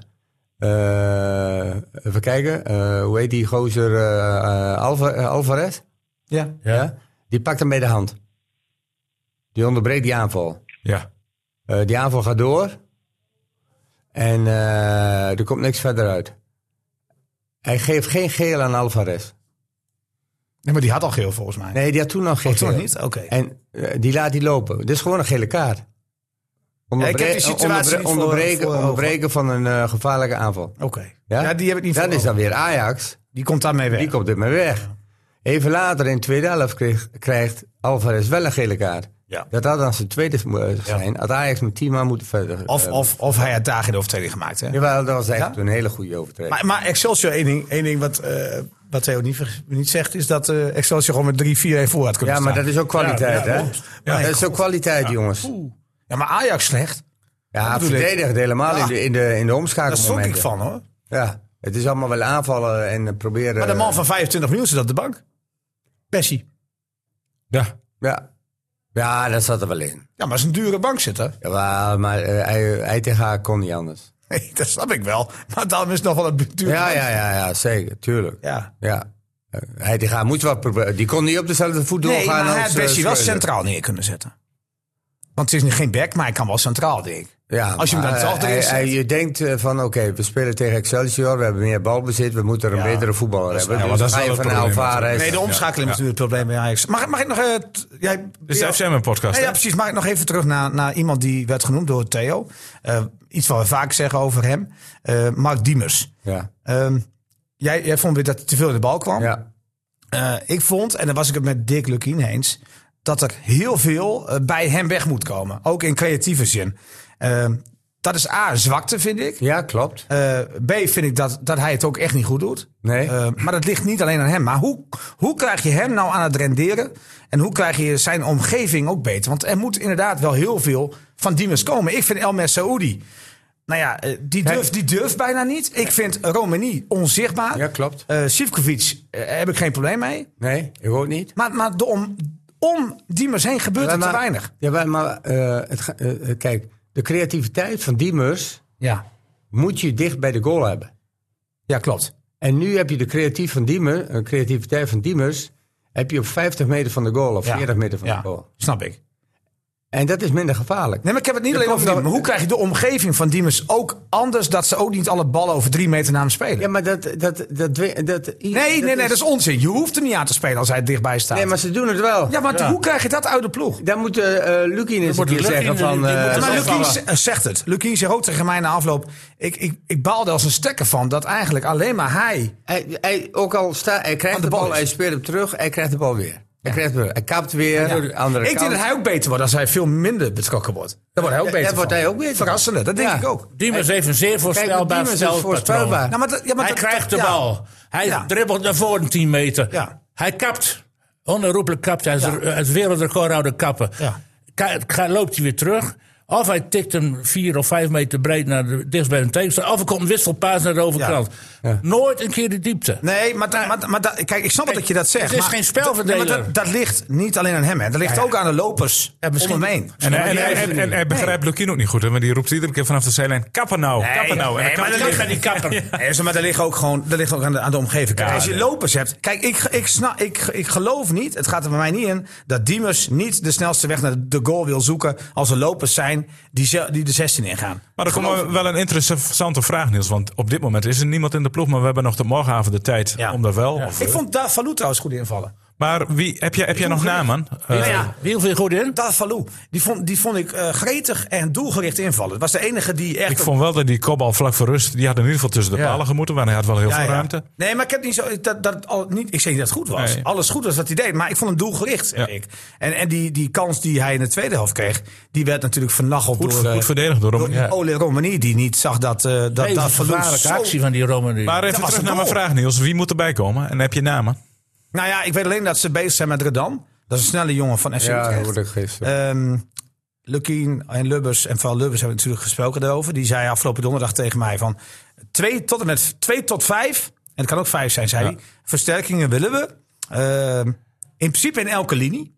Eh, even kijken. Eh, hoe heet die gozer? eh, eh, Alva- eh, Alvarez? Ja. Ja. Die pakt hem bij de hand. Die onderbreekt die aanval. Ja. Eh, die aanval gaat door. En eh, er komt niks verder uit. Hij geeft geen geel aan Alvarez. Nee, maar die had al geel volgens mij. Nee, die had toen nog geen Oh, toen nog geel. niet? Oké. En eh, die laat die lopen. Dit is gewoon een gele kaart. Onderbre- ik heb die situatie niet voor- onderbreken, voor ogen. onderbreken van een eh, gevaarlijke aanval. Oké. Ja? die heb ik niet Dat voor is ogen. dan weer Ajax. Die komt daarmee weg. Die komt dit maar weg. Even later in de tweede helft kreeg- krijgt Alvarez wel een gele kaart. Ja. Dat had dan zijn tweede eh, zijn. Had Ajax met 10 man moeten verder. Of, eh, of, of hij had daar geen overtreding gemaakt. Hè? Jawel, dat was echt Ja? een hele goede overtreding. Maar, maar Excelsior, één ding, één ding wat, eh, wat Theo niet, ver- niet zegt, is dat eh, Excelsior gewoon met 3-4-1 voor had kunnen ja, maar staan. dat is ook kwaliteit, Ja, ja, hè? klopt. Ja, Ja, dat is ook kwaliteit, jongens. Ja, maar Ajax slecht. Ja, Dat bedoel ik. verdedigd helemaal Ja. in de, in de, in de Daar schrok omschakelmomenten. ik van, hoor. Ja, het is allemaal wel aanvallen en eh, proberen. Maar de man van 25 miljoen zit op de bank. Bessie. Ja. Ja. ja, dat zat er wel in. Ja, maar is een dure bank zitten. [LAUGHS] Jawel, maar eh, hij, hij tegen haar kon niet anders. Nee, dat snap ik wel. Maar daarom is het nog wel een dure Ja, bank. ja, ja, ja zeker, tuurlijk. Ja. Ja. Eh, Hij tegen haar moest wat proberen. Die kon niet op dezelfde voet Nee, doorgaan. maar hij als, had eh, Bessie wel Schreuder. centraal neer kunnen zetten. Want het is nu geen back, maar hij kan wel centraal, denk ik. Ja, Als je hem maar dan zelf hij- erin hij- zet. Je denkt eh, van, oké, we spelen tegen Excelsior. We hebben meer balbezit. We moeten een Ja. betere voetballer hebben. ja, dus dat is ga je wel een van probleem Alvarez. Nee, de omschakeling is Ja. natuurlijk het probleem bij Ajax. Mag, mag ik nog... eh, t- jij, Dus Dit is Ja. de FCM-podcast, Ja, Nou ja, hè? precies. Maar nog even terug naar, naar iemand die werd genoemd door Theo. Eh, iets wat we vaak zeggen over hem. Eh, Mark Diemers. Ja. Ehm, jij, jij vond weer dat hij te veel in de bal kwam. Ja. Eh, ik vond, en daar was ik het met Dick Lukien eens... dat er heel veel eh, bij hem weg moet komen. Ook in creatieve zin. Ehm, dat is A, een zwakte, vind ik. ja, klopt. Eh, B, vind ik dat, dat hij het ook echt niet goed doet. Nee. Eh, maar dat ligt niet alleen aan hem. Maar hoe, hoe krijg je hem nou aan het renderen? En hoe krijg je zijn omgeving ook beter? Want er moet inderdaad wel heel veel van Diemers komen. Ik vind Elmer Saoudi. Nou ja, eh, die durft die durft bijna niet. Ik vind Romani onzichtbaar. Ja, klopt. Eh, Sivkovic eh, heb ik geen probleem mee. Nee, ik ook niet. Maar, maar de om, om Diemers heen gebeurt er Ja, te maar- weinig. Ja, maar, maar, eh, het, ga- eh, eh, kijk, de creativiteit van Diemers Ja, moet je dicht bij de goal hebben. ja klopt. En nu heb je de creatief van Diemer, eh, creativiteit van Diemers heb je op 50 meter van de goal of Ja. 40 meter van Ja, de goal. Snap ik. En dat is minder gevaarlijk. Nee, maar ik heb het niet alleen komt over Diemers. wel- Maar hoe krijg je de omgeving van Diemers ook anders... dat ze ook niet alle ballen over drie meter naar hem spelen? Ja, maar dat... dat, dat, dwe- dat, nee, nee, nee, dat is onzin. Je hoeft hem niet aan te spelen als hij dichtbij staat. Nee, maar ze doen het wel. Ja, maar Ja. hoe krijg je dat uit de ploeg? Dan moet eh eh, Lukien eens een moet keer Lukien, zeggen die- van... die eh, moet- Ja, maar zal Lukien vallen. z- zegt het. Lukien zegt ook tegen mij na afloop... Ik, ik, ik baalde als een stekker van dat eigenlijk alleen maar hij... hij, hij, ook al sta, hij krijgt Aan de, de bal, bal is. hij speelt hem terug, hij krijgt de bal weer. Hij, krijgt hem, hij kapt weer, andere ik denk kant. dat hij ook beter wordt als hij veel minder betrokken wordt. Dan wordt hij ook Ja, beter daar wordt van. hij ook beter van. Verrassende, dat denk Ja. ik ook. Diemers heeft een zeer voorspelbaar Diemers is spelpatroon. voorspelbaar. Nou, maar dat- ja, maar hij dat- krijgt de ja. bal. Hij Ja. dribbelt naar voren 10 meter. Ja. Hij kapt. Onherroepelijk kapt. Hij is er- hij is wereldrecordhouder kappen. Ja. Ka- ka- loopt hij weer terug. Of hij tikt hem vier of vijf meter breed naar de, dicht bij een tegenstander. Of er komt een wisselpaas naar de overkant. Nooit een keer de diepte. Nee, maar, da- maar, maar da- kijk, ik snap wel dat je dat zegt. het is maar geen spelverdeler. Nee, maar dat, dat ligt niet alleen aan hem. Hè. Dat ligt ook aan de lopers Ja, misschien- om hem heen. En, en, en, en, en hij begrijpt Lukien ook niet goed, hè? want die roept iedere keer vanaf de zijlijn: kappen nou, kappen nou. En dan nee, kapt maar hij dat weer. die [LAUGHS] kapper. Nee, zeg maar dat ligt ook gewoon dat ligt ook aan, de, aan de omgeving. Kijk, als je lopers hebt. Kijk, ik, ik, snap, ik, ik geloof niet, het gaat er bij mij niet in, dat Diemers niet de snelste weg naar de goal wil zoeken. als er lopers zijn die, ze- die de 16 ingaan. Maar er komt wel een interessante vraag, Niels. Want op dit moment is er niemand in de ploeg, maar we hebben nog tot morgenavond de tijd Ja. om dat wel. of- Ik vond Davalu trouwens goed invallen. Maar wie, heb jij, heb jij nog namen? Eh, Wie- Wie viel goed in? Davalu, die vond, die vond ik eh, gretig en doelgericht invallen. Het was de enige die echt. ik vond wel dat die kopbal vlak voor rust, die had in ieder geval tussen de Ja. palen gemoeten, want hij had wel heel Ja, veel ja. ruimte. Nee, maar ik heb niet zo. Dat, dat al, niet, ik zeg niet dat het goed was. Nee. Alles goed was wat hij deed. Maar ik vond hem doelgericht. zeg Ja. Ik. En, en die, die kans die hij in de tweede helft kreeg. die werd natuurlijk vernacheld Goed, door. eh, goed verdedigd door door Romani. Ja. Ole Romani, die niet zag dat. eh dat Even dat verloor gevaarlijke zo- actie van die Romani. Maar even was terug een naar mijn goal. vraag, Niels. Wie moet erbij komen? En heb je namen? Nou ja, ik weet alleen dat ze bezig zijn met Redam. Dat is een snelle jongen van FC ja, dat Utrecht. wordt ook gisteren. Ehm, Lukien en Lubbers en vooral Lubbers hebben natuurlijk gesproken daarover. Die zei afgelopen donderdag tegen mij van 2 tot en met 2 tot 5, en het kan ook 5 zijn, zei hij. Versterkingen willen we. Ehm, in principe in elke linie.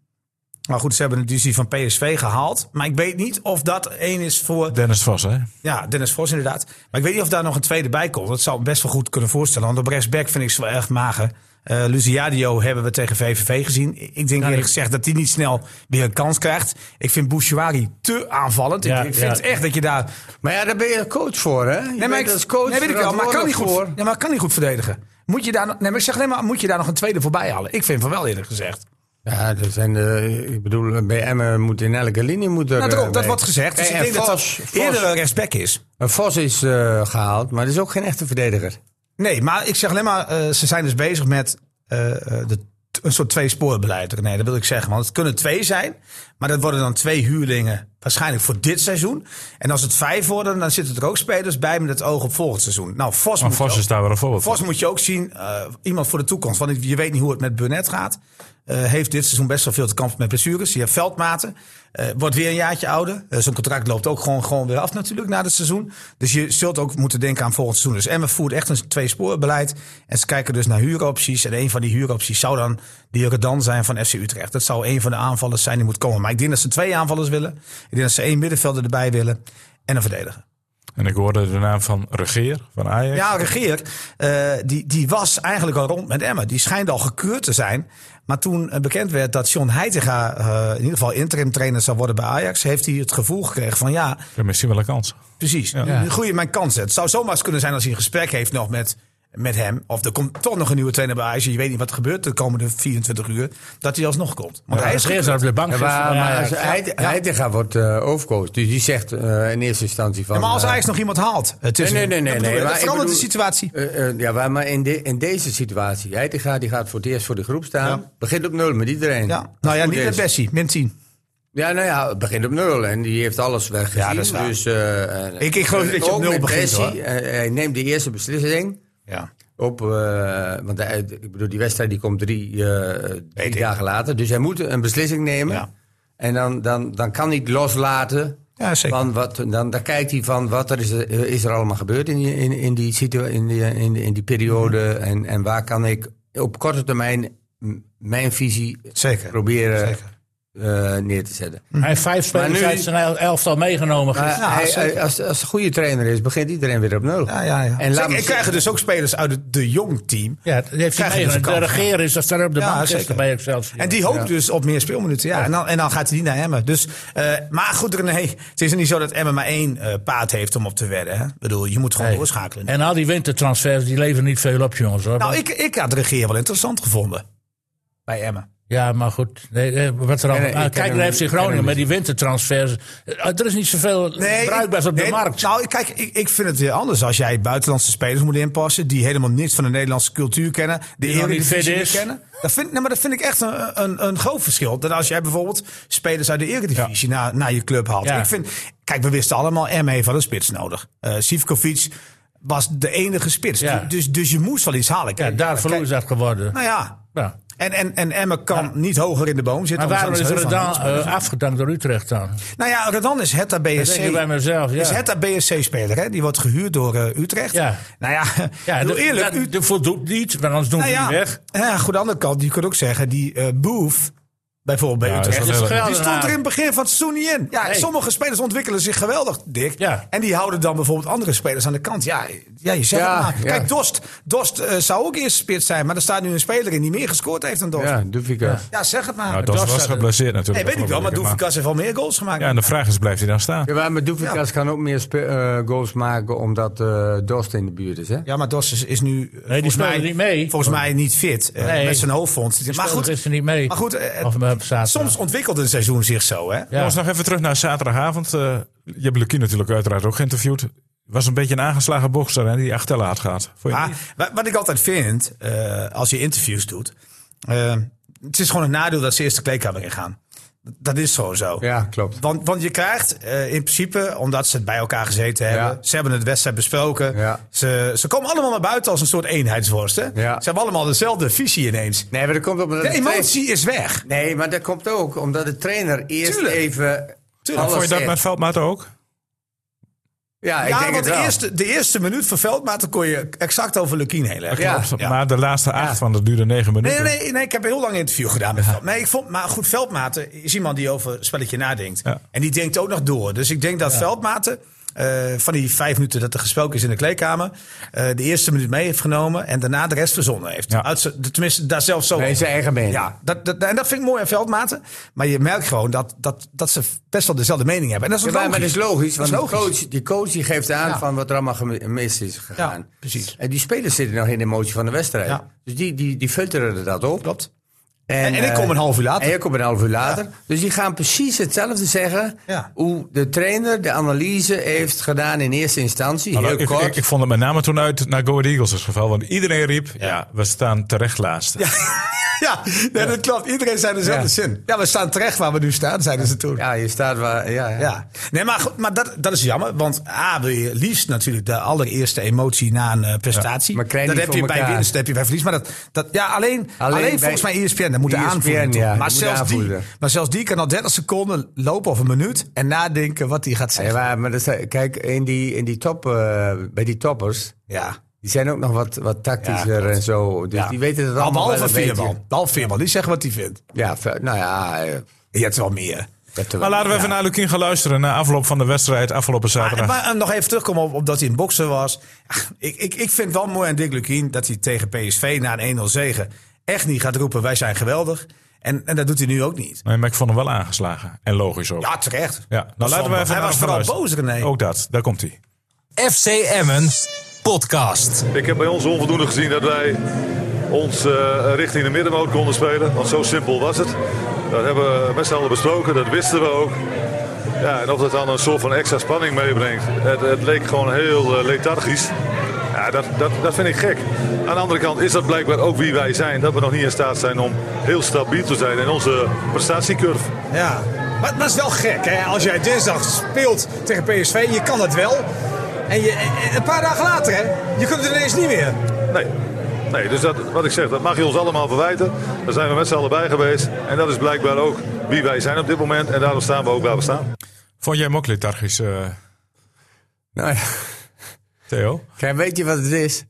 Maar goed, ze hebben de divisie van PSV gehaald. Maar ik weet niet of dat één is voor Dennis Vos, hè? ja, Dennis Vos inderdaad. Maar ik weet niet of daar nog een tweede bij komt. Dat zou ik best wel goed kunnen voorstellen. Want op rechtsback vind ik ze wel erg mager. Eh Luciadio hebben we tegen VVV gezien. Ik denk eerlijk gezegd dat hij niet snel weer een kans krijgt. Ik vind Bouchouari te aanvallend. Ik- Ja, ik vind ja. echt dat je daar... Maar ja, daar ben je coach voor, hè? Je bent als coach nee, weet ik wel, maar kan niet goed, verantwoordelijk ja, maar kan niet goed verdedigen. Moet je daar, nog- nee, maar ik zeg alleen maar, moet je daar nog een tweede voorbij halen? Ik vind van wel eerlijk gezegd. voor. Ja, dat zijn de, ik bedoel, bij Emmen moet in elke linie moet er, Nou, daarom, dat eh, bij. wordt gezegd. Dus Kijk, ik denk en dat dat Vos, Vos, eerder een rechtsback is. een Vos is eh, gehaald, maar dat is ook geen echte verdediger. Nee, maar ik zeg alleen maar, eh, ze zijn dus bezig met eh, eh, de, t- een soort tweesporenbeleid. Nee, dat wil ik zeggen. Want het kunnen twee zijn, maar dat worden dan twee huurlingen waarschijnlijk voor dit seizoen. En als het vijf worden, dan zitten er ook spelers bij met het oog op volgend seizoen. Nou, Vos, Maar moet, Vos is je ook, Dus daar wel een voorbeeld van. Vos moet je ook zien, eh, iemand voor de toekomst. Want je weet niet hoe het met Burnett gaat. Eh, heeft dit seizoen best wel veel te kampen met blessures. Je hebt veldmaten. eh, wordt weer een jaartje ouder. Eh, Zo'n contract loopt ook gewoon, gewoon weer af natuurlijk na dit seizoen. Dus je zult ook moeten denken aan volgend seizoen. Dus Emmen voert echt een tweesporenbeleid. En ze kijken dus naar huuropties. En een van die huuropties zou dan die Redan zijn van FC Utrecht. Dat zou een van de aanvallers zijn die moet komen. Maar ik denk dat ze twee aanvallers willen. Ik denk dat ze één middenvelder erbij willen. En een verdediger. En ik hoorde de naam van Regeer, van Ajax. [LAUGHS] Ja, Regeer, eh, die, die was eigenlijk al rond met Emmen. Die schijnt al gekeurd te zijn. Maar toen eh, bekend werd dat John Heitinga eh, in ieder geval interim trainer zou worden bij Ajax... heeft hij het gevoel gekregen van ja, Ik heb misschien wel een kans. precies, nu groei je mijn kansen. Het zou zomaar eens kunnen zijn als hij een gesprek heeft nog met, met hem... of er komt toch nog een nieuwe trainer bij Ajax... en je weet niet wat er gebeurt de komende 24 uur... dat hij alsnog komt. Want hij is Hij is op de bank. Ja, maar, Ja, maar ja. als hij, Heitinga wordt eh, overcoach, dus die zegt eh, in eerste instantie van... Ja, maar als eh, Ajax nog iemand haalt... eh, tussen- Nee, nee, nee, nee, Dat bedoel nee, ik, dat maar ik verandert de bedoel- situatie. Eh, eh, ja, maar- maar in, de, in deze situatie. Heitinga die gaat voor het eerst voor de groep staan. Ja. Begint op nul met iedereen. Ja. Nou ja, Goed niet is. met Bessie, min 10. Ja, nou ja, het begint op nul. En die heeft alles weggezien. Ja, dat is waar. Dus, eh, eh, Ik- ik geloof niet dat je op ook nul met begint, Bessie, hoor. eh, hij neemt de eerste beslissing. Ja. Op, eh, want hij- ik bedoel, die wedstrijd die komt drie, eh, drie ik. dagen later. Dus hij moet een beslissing nemen. Ja. En dan, dan, dan kan hij het loslaten. Ja, zeker. Van wat, dan, dan kijkt hij van wat er is, eh, is er allemaal gebeurd in die, in, in die, situ, in die, eh, in, in die periode. Mhm. en, en waar kan ik op korte termijn m- mijn visie Zeker. proberen Zeker. Mhm. eh, neer te zetten. Hij heeft vijf spelers nu- uit zijn el- elftal meegenomen. Maar gisteren. hij- hij- als, als het een goede trainer is, begint iedereen weer op nul. Ja, ja, ja. En En laat me- ik krijg er dus ook spelers uit het de jong team. ja, die heeft hij Krijg je dus een meegenomen. De kans. regeren is dat verder op de Ja, bank zeker. gisteren bij Excelsior. En die hoopt Ja. dus op meer speelminuten. Ja. En, dan, en dan gaat hij die naar Emmen. Dus, eh, maar goed, René, het is niet zo dat Emmen maar één eh, paard heeft om op te wedden. Hè? Ik bedoel, je moet gewoon Nee. doorschakelen. En al die wintertransfers, die leveren niet veel op, jongens. Hoor. nou, ik, ik had de regeer wel interessant gevonden. Bij Emmen. Ja, maar goed. Nee, eh, wat er allemaal- ik ah, ken kijk hem naar niet. FC Ik ken hem Groningen met die wintertransfers. Eh, Er is niet zoveel bruikbaars op de nee, markt. Nou, kijk, ik, ik vind het weer anders. Als jij buitenlandse spelers moet inpassen. die helemaal niets van de Nederlandse cultuur kennen. de nog niet Eredivisie fit niet is. kennen. Dat vind, nee, maar dat vind ik echt een, een, een groot verschil. Dat als jij bijvoorbeeld spelers uit de Eredivisie naar, naar je club haalt. Ja. Ik vind, kijk, we wisten allemaal. M heeft wel een spits nodig. Eh Sivkovic was de enige spits. Ja. Dus, dus je moest wel iets halen. ja, Kijk, daar kijk, verloor is dat geworden. Nou ja. Ja. En, en, en Emmen kan niet hoger in de boom Maar zitten. waarom anders is hadden ze heel Redan veel eh, afgedankt door Utrecht dan? nou ja, Redan is het daar Dat BSC. denk ik bij mezelf. Ja. Is het daar BSC-speler, hè? Die wordt gehuurd door eh, Utrecht. Ja. Nou [LAUGHS] ja, ja, heel dat- eerlijk. dat, Ut- dat voldoet niet, want anders doen nou we ja, die weg. ja, goed, aan de andere kant, je kunt ook zeggen, die eh Boef, bijvoorbeeld bij Ja, dat is Utrecht. wel lelijk. Die stond er in het begin van het seizoen niet in. Ja, Nee. sommige spelers ontwikkelen zich geweldig, Dick. Ja. En die houden dan bijvoorbeeld andere spelers aan de kant. Ja, ja je zegt Ja, het maar. ja. Kijk, Dost, Dost eh, zou ook eerst spits zijn, maar er staat nu een speler in die meer gescoord heeft dan Dost. Ja, Ja, Duvika. zeg het maar. Nou, dat Dorst was staat er. geblesseerd natuurlijk. nee, weet ik wel, maar afgelopen week, Doefikas heeft wel meer goals gemaakt. maar- Ja, en de vraag is, blijft hij dan staan? Ja, maar Doefikas kan ook meer spe- eh, goals maken omdat eh Dost in de buurt is. Hè? Ja, maar Dos is, is nu eh, volgens speelde mij, niet mee. Volgens mij niet fit. eh, Nee. Met zijn hoofdfonds. Maar Maar goed, goed, is er niet mee. maar goed eh, of, eh, zaterdag. soms ontwikkelt een seizoen zich zo. Hè? Ja. Jongens, nog even terug naar zaterdagavond. Eh, je hebt Lucky natuurlijk uiteraard ook geïnterviewd. Was een beetje een aangeslagen bokser hè, die achterlaat gaat. Vond je Maar niet? wa- wat ik altijd vind, eh, als je interviews doet... eh, het is gewoon een nadeel dat ze eerst de kleedkamer ingaan. Dat is gewoon zo. Ja, klopt. Want, want je krijgt eh, in principe, omdat ze het bij elkaar gezeten hebben, Ja. ze hebben het wedstrijd besproken. Ja. Ze, ze komen allemaal naar buiten als een soort eenheidsworst. Hè? Ja. Ze hebben allemaal dezelfde visie ineens. Nee, maar dat komt omdat De de tra- emotie is weg. Nee, maar dat komt ook omdat de trainer eerst Tuurlijk. even Tuurlijk. alles Vond je dat zegt. met Veldmaat ook? Ja, ik ja, denk want het de wel. eerste, de eerste minuut van Veldmaat kon je exact over Lukien heel erg. Ja. Klopt, ja. Maar de laatste acht van dat duurde negen Nee, minuten. nee, nee, nee, ik heb een heel lang interview gedaan met Veldmaat. Nee, ik vond, maar goed, Veldmaten is iemand die over het spelletje nadenkt. Ja. En die denkt ook nog door. Dus ik denk dat Veldmaten eh, van die vijf minuten dat er gesproken is in de kleedkamer... eh, de eerste minuut mee heeft genomen en daarna de rest verzonnen heeft. Ja. Uit z'n- tenminste, daar zelf zo Nee, over. zijn eigen mening. Ja, dat, dat, en dat vind ik mooi aan Veldmaten. Maar je merkt gewoon dat, dat, dat ze best wel dezelfde mening hebben. En dat is Ja, ook maar, maar dat logisch. is logisch, Dat want is Die, logisch. coach, die coach die geeft aan Ja. van wat er allemaal gemist is gegaan. Ja, precies. En die spelers zitten nog in de emotie van de wedstrijd. Ja. Dus die, die, die filteren dat op. Klopt. En, En- en ik eh, kom een half uur later. En ik kom een half uur later. Dus die gaan precies hetzelfde zeggen Ja. hoe de trainer de analyse heeft gedaan in eerste instantie. Nou, heel [LAUGHS] ik, kort. ik, ik vond het met name toen uit naar Go Ahead Eagles het geval. Want iedereen riep, ja, we staan terecht laatste. Ja, [LAUGHS] nee, dat klopt. Iedereen zei dezelfde Ja. zin. Ja, we staan terecht waar we nu staan, zeiden ze toen. ja, je staat waar. Ja, ja. Ja, nee, maar, goed, maar dat, dat is jammer. Want A, wil je liefst natuurlijk de allereerste emotie na een eh, prestatie. maar krijg je dat niet heb je voor bij elkaar. winst, dat heb je bij verlies. Maar dat, dat, ja, alleen, alleen, Alleen bij E volgens mij E ESPN, dat moet de ESPN, aanvoelen. ja, maar, dat moet zelfs die, aanvoelen. maar zelfs die kan al 30 seconden lopen of een minuut en nadenken wat hij gaat Ja, zeggen. maar, maar dat is- kijk, in die, in die top, eh, bij die toppers, Ja. die zijn ook nog wat, wat tactischer en zo. Dus Ja. die weten het Nou, allemaal wel Behalve een beetje. Veerman. Behalve Veerman, die zegt wat hij vindt. Ja, ver- nou ja. eh, Je hebt wel meer. je hebt er Maar wel- laten we even naar Lukien gaan luisteren. Na afloop van de wedstrijd afgelopen zaterdag. Maar, maar, eh, nog even terugkomen op, op dat hij in boksen was. Ah, Ik, ik, ik vind wel mooi aan Dick Lukien dat hij tegen PSV na een 1-0 zegen echt niet gaat roepen wij zijn geweldig. En, en dat doet hij nu ook niet. Nee, maar ik vond hem wel aangeslagen. En logisch ook. Ja, Ja, terecht. nou laten we even Hij naar was hem gaan vooral boos, luisteren. René. Ook dat, daar komt hij. FC Emmen podcast. Ik heb bij ons onvoldoende gezien dat wij ons eh, richting de middenmoot konden spelen. Want zo simpel was het. Dat hebben we met z'n allen besproken, dat wisten we ook. Ja, en of dat dan een soort van extra spanning meebrengt. Het, het leek gewoon heel eh, lethargisch. Ja, dat, dat, dat vind ik gek. Aan de andere kant is dat blijkbaar ook wie wij zijn. Dat we nog niet in staat zijn om heel stabiel te zijn in onze prestatiecurve. Ja. Maar dat is wel gek. Hè? Als jij dinsdag speelt tegen PSV, je kan het wel. En je, en een paar dagen later, hè, je kunt het ineens niet meer. Nee. Nee, dus dat, wat ik zeg, dat mag je ons allemaal verwijten. Daar zijn we met z'n allen bij geweest. En dat is blijkbaar ook wie wij zijn op dit moment. En daarom staan we ook waar we staan. Vond jij hem ook lethargisch, eh, Nou ja, Theo? kijk, weet je wat het is?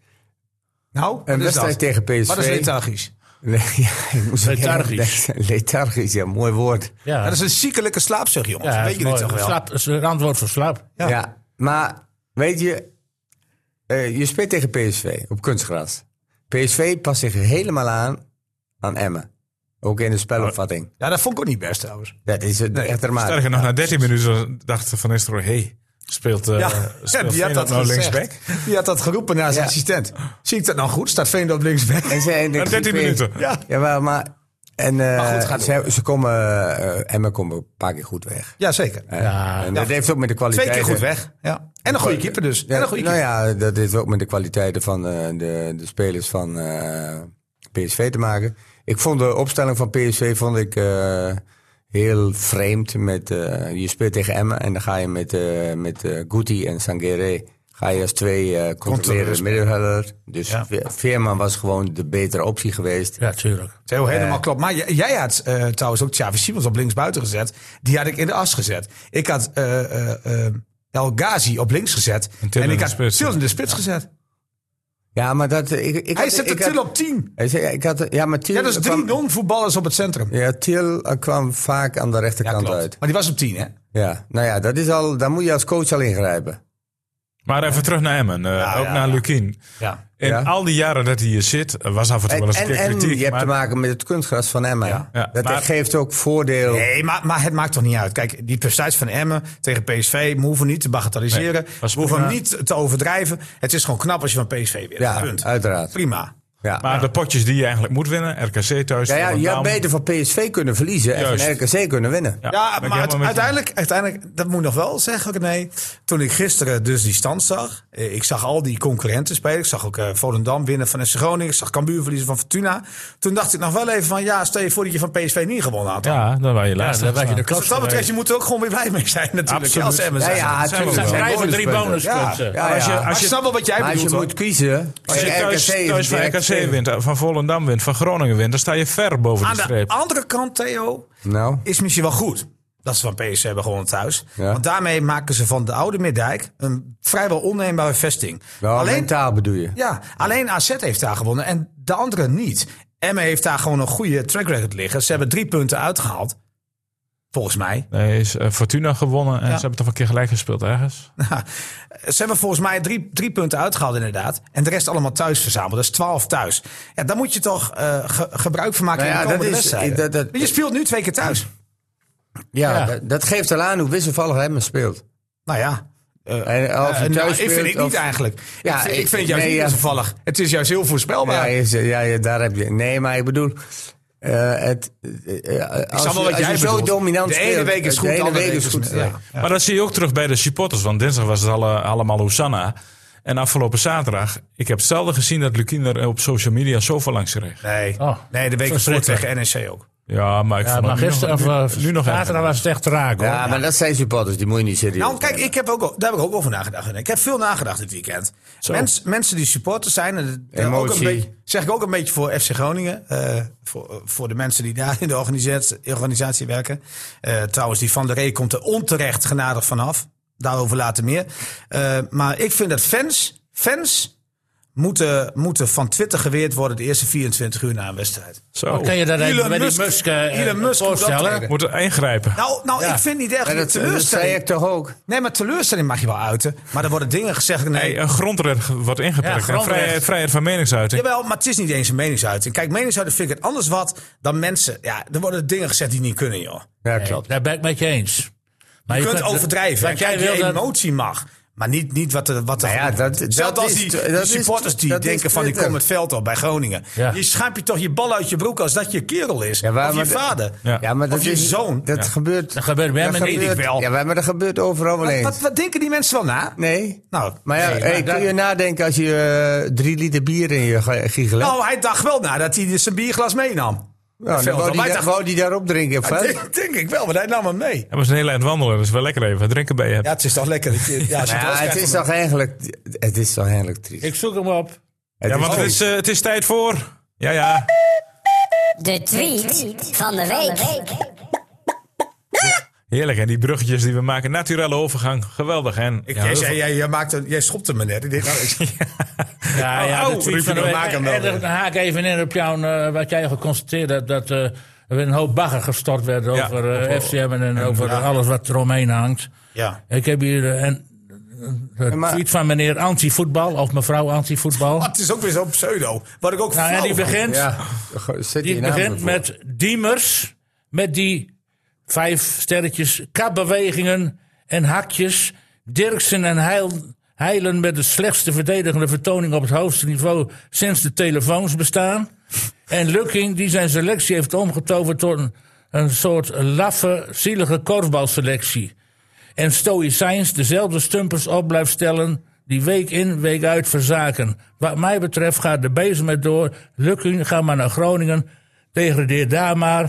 Nou, dus Een wedstrijd tegen PSV. Wat is lethargisch? [LAUGHS] Nee, ja, ik moest ook helemaal Lethargisch. denken. [LAUGHS] Lethargisch, ja, mooi woord. Ja, Dat is een ziekelijke slaapzucht, jongens. Ja, dat Weet is jullie mooi. toch wel? Slap, dat is een antwoord voor slap. Ja. maar weet je, eh, je speelt tegen PSV op kunstgras. PSV past zich helemaal aan aan Emmen. Ook in de spelopvatting. Ja, dat vond ik ook niet best trouwens. Dat is het echt ermaat. Sterker nog, na 13 minuten dacht Van Nistelrooy... hey, speelt, eh Ja, [LAUGHS] ja, speelt die had dat Feyenoord nou gezegd. linksback? Die had dat geroepen naar zijn Ja. assistent. Zie ik dat nou goed? Staat Veendorp linksback? En ze- en Na ik- 13 ik- minuten. Ja. Jawel, maar... En eh, Maar goed, gaat ze, ze komen, eh, Emmen komt een paar keer goed weg. ja, zeker. Eh, en dat heeft ook met de kwaliteit... Twee keer goed weg. Ja. En een goede keeper dus. Ja, en een goede nou keeper. ja, dat heeft ook met de kwaliteiten van eh, de, de spelers van eh, PSV te maken. Ik vond de opstelling van PSV vond ik, eh, heel vreemd. Met, eh, je speelt tegen Emmen en dan ga je met, eh met eh, Guti en Sangere... ga je als twee eh controlerende middenvelder. Dus Ve- Veerman was gewoon de betere optie geweest. Ja, tuurlijk. Theo, helemaal klopt. Maar jij, jij had eh, trouwens ook Xavi Simons op links buiten gezet. Die had ik in de as gezet. Ik had eh, eh, eh, El Ghazi op links gezet. En, Til in ik de had spits. Til in de spits gezet. Ja, maar dat... eh, Ik, ik Hij had- zette ik had- Til op 10. Hij zei, ik had, ja, maar Til Ja, dat is drie kwam- non-voetballers op het centrum. Ja, Til eh, kwam vaak aan de rechterkant uit. Maar die was op 10, hè? Ja, nou ja, dat is al, daar moet je als coach al ingrijpen. Maar even terug naar Emmen, eh, ook naar Lukien. Ja. In Ja. al die jaren dat hij hier zit, eh, was af en toe En, wel eens een en, keer en kritiek. je hebt maar- te maken met het kunstgras van Emmen. Ja, dat maar- geeft ook voordeel. Nee, maar, maar het maakt toch niet uit. Kijk, die prestatie van Emmen tegen PSV, we hoeven niet te bagatelliseren. Nee, was we hoeven hem prima. niet te overdrijven. Het is gewoon knap als je van PSV weer. ja, Punt. uiteraard. Prima. Ja. Maar de potjes die je eigenlijk moet winnen, RKC thuis. ja, ja, je had Volendam. beter van PSV kunnen verliezen en van Juist. RKC kunnen winnen. Ja, ben Ja, ik helemaal maar uit- met je. uiteindelijk, uiteindelijk, dat moet ik nog wel zeggen, nee. Toen ik gisteren dus die stand zag, eh, ik zag al die concurrenten spelen. Ik zag ook eh, Volendam winnen van FC Groningen. Ik zag Cambuur verliezen van Fortuna. Toen dacht ik nog wel even van, ja, stel je voor dat je van PSV niet gewonnen had. Ja, dan waren je Ja, laatste. dan was je de dus klas. wat dat betreft, je moet er ook gewoon weer blij mee zijn natuurlijk. Absoluut. Ja, Als Emmen Ja, zijn. ja, zijn we tuurlijk, wel. het zijn Schrijven drie bonuspunten. bonuspunten. Ja, ja, als je- ja. Maar ik snap wel wat jij Maar als je bedoelt. hoor. moet kiezen, Als je thuis, RKC is thuis van direct eh, RKC tegen. wint, eh, van Volendam wint, van Groningen wint, dan sta je ver boven Aan de de streep. andere kant, Theo, Nou, is misschien wel goed. Dat ze van PSV hebben gewonnen thuis. Ja. Want daarmee maken ze van de oude Middijk een vrijwel onneembare vesting. nou, Alleen mentaal bedoel je. Ja, alleen AZ heeft daar gewonnen en de andere niet. Emmen heeft daar gewoon een goede track record liggen. Ze hebben drie punten uitgehaald. Volgens mij. Nee, is eh, Fortuna gewonnen en Ja. ze hebben toch een keer gelijk gespeeld ergens. Ze hebben volgens mij drie, drie punten uitgehaald inderdaad. En de rest allemaal thuis verzameld. Dat is twaalf thuis. Ja, daar moet je toch eh, ge- gebruik van maken Nou in ja, de komende dat is- wedstrijden. dat- dat- Want je speelt nu twee keer thuis. Ja, Ja. Dat, dat geeft al aan hoe wisselvallig Emmen speelt. Nou ja. eh, En of je eh, thuis nou, ik speelt, vind het of- niet eigenlijk. Ja, ik, vind, ik ik- vind het juist nee, niet ja. toevallig. Het is juist heel Ja, voorspelbaar. is- ja, ja, daar heb je. Nee, maar ik bedoel. eh, het, eh, eh, als snap wel je- wat als jij je zo bedoelt. dominant De ene speelt, week is goed, de de ene andere week week is is goed. minder. Ja. Ja. Maar dat zie je ook terug bij de supporters, want dinsdag was het alle, allemaal Hosanna. En afgelopen zaterdag, ik heb zelden gezien dat Lukien er op social media zoveel langs kreeg. Nee. Oh, nee, de week ervoor verschrikkelijk. tegen NEC ook. Ja, maar ik Ja, vond maar het nu gisteren, nog, of nu, eh, nu nog zaterdag erger. was het echt raak, hoor. Ja, maar dat zijn supporters, die moet je niet serieus. Nou, kijk, ik heb ook, al- daar heb ik ook over nagedacht. Ik heb veel nagedacht dit weekend. Mens, mensen die supporters zijn, en dat- dat Emotie. Ook een beetje, zeg ik ook een beetje voor FC Groningen. eh, voor, eh, voor de mensen die daar in de organisatie, organisatie werken. Eh, trouwens, die Van der Ree komt er onterecht genadig vanaf. Daarover later meer. Eh, maar ik vind dat fans, fans moeten, moeten van Twitter geweerd worden de eerste 24 uur na een wedstrijd. Zo. Kan je dat even Elon met die Musk- Musk, eh, Elon eh, Musk moet voorstellen? optreden. Moet er ingrijpen. Nou, nou Ja. ik vind niet echt Maar dat, dat zei teleurstelling. ik toch ook. Nee, maar teleurstelling mag je wel uiten. Maar er worden dingen gezegd. Nee, Hey, een grondrecht wordt ingeperkt. Ja, en grondrecht. vrijheid, vrijheid van meningsuiting. Jawel, maar het is niet eens een meningsuiting. Kijk, meningsuiting vind ik het anders wat dan mensen. Ja, er worden dingen gezegd die niet kunnen, joh. Ja, Nee, klopt. Daar ben ik met je eens. Maar Je, kunt overdrijven. Wat Wat jij wil, je dat- emotie mag. Maar niet, niet wat er... Wat er Nou ja, geroepen dat- wordt. dat Zelfs als is- die, dat die is- supporters die dat is denken van... ik kom Twitter. het veld op bij Groningen. Ja. Je schaap je toch je bal uit je broek als dat je kerel is. Ja, waar- of je maar- vader. Ja. Ja, maar Of dat je is, zoon. Dat gebeurt. Dat gebeurt bij dat mij niet. gebeurt- ik wel. Ja, maar dat gebeurt overal wel Wat, eens. wat, wat denken die mensen wel na? Nee. Nou, Maar ja, nee, hey, kun je nadenken als je eh, drie liter bier in je ge- giegel hebt? Nou, hij dacht wel na dat hij zijn bierglas meenam. Nou, dan veld wou op. die, Hij daar- dacht- wou die daarop [LAUGHS] drinken. of wat? Denk, denk ik wel, maar hij nam hem mee. Ja, maar ze zijn heel eind wandelen, dat is wel lekker even. Wat drinken bij je hebt. Ja, het is toch lekker. dat je- Ja, als je Ja, het het, is toch eigenlijk, het is toch eigenlijk triest. Ik zoek hem op. Het Ja, want het triest. is, eh, het is tijd voor. Ja, ja. De tweet van de week. Heerlijk, en die bruggetjes die we maken. Naturelle overgang. Geweldig, hè? Ik, Ja, jij, heel zei, veel- jij, jij, maakte, jij schopte me net. Ik denk, [LAUGHS] nou, ik- Ja, ja, Au, de tweet riep je van de nog, week. maak hem wel En dan weer. eh, haak ik even in op jou, eh, wat jij geconstateerd hebt, dat eh, er een hoop bagger gestort werd over eh, FCM en, over alles wat eromheen hangt. ja. Ik heb hier eh, een, een maar- tweet van meneer Antivoetbal, of mevrouw Antivoetbal. Maar het is ook weer zo'n pseudo. Wat ik ook Nou, en die flauw begint, Ja, go- zet die je naam begint ervoor. met Diemers, met die vijf sterretjes, kapbewegingen en hakjes. Dirksen en Heil, Heilen met de slechtste verdedigende vertoning op het hoogste niveau sinds de telefoons bestaan. En Lukking, die zijn selectie heeft omgetoverd tot een, een soort laffe, zielige korfbalselectie. En Stoïcijns dezelfde stumpers op blijft stellen. Die week in, week uit verzaken. Wat mij betreft gaat de bezem met door. Lukking, ga maar naar Groningen. Degradeer daar maar.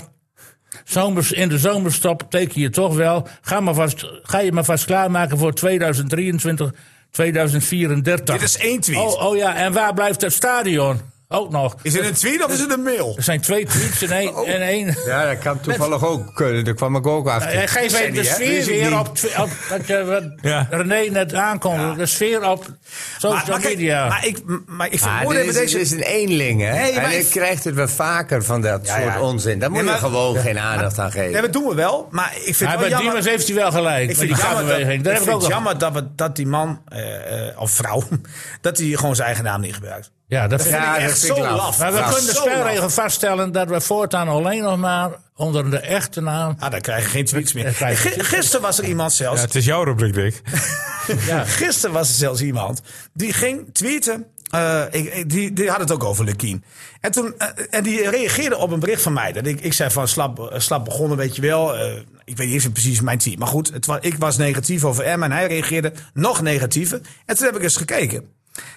Zomers, in de zomerstop teken je toch wel. Ga, maar vast, ga je maar vast klaarmaken voor 2023, 2034. Dit is één tweet. Oh, oh ja, en waar blijft het stadion? Ook nog. Is het een tweet of is het een [LAUGHS] mail? Er zijn twee tweets en [LAUGHS] Oh. één. En één. Ja, dat kan toevallig ook kunnen. Daar kwam ik ook achter. Eh, Geef even de hè? sfeer Wist ik weer niet. op, twi- op wat, je- [LAUGHS] wat Ja. René net aankondigde. De sfeer op social kijk, media. maar ik, maar ik Ah, vermoed dit, even is, deze... dit is een eenling, hè? Nee, maar en ik ik- krijg het wel vaker van dat soort ja. onzin. Daar moet Nee, je maar- gewoon geen aandacht aan geven. Nee, dat doen we wel. Maar ik vind maar het wel bij jammer... Diemers heeft hij wel gelijk. Ik Met vind die het jammer, dat, gaatbeweging. Daar ik heb ik vind ook het wel. jammer dat, we, dat die man, eh, eh, of vrouw, [LAUGHS] dat hij gewoon zijn eigen naam niet gebruikt. Ja, dat Dat vind ik. vind ik dat echt vind ik zo laf. laf. Maar we Ja. kunnen de Zo laf. spelregel vaststellen dat we voortaan alleen nog maar onder de [LAUGHS] echte naam. Ah, dan krijg je geen tweets meer. Dan krijg je Gi- geen Gisteren was er iemand zelfs, Ja, het is jouw rubriek, Dick. gisteren was er zelfs iemand, die ging tweeten, eh, ik, ik- die, die had het ook over Lukien. En, toen, eh, en die reageerde op een bericht van mij. Dat ik, ik zei van slap, eh, slap begonnen, weet je wel. eh, ik weet niet eens precies mijn team. Maar goed, het wa- ik was negatief over M en hij reageerde nog negatiever. En toen heb ik eens gekeken.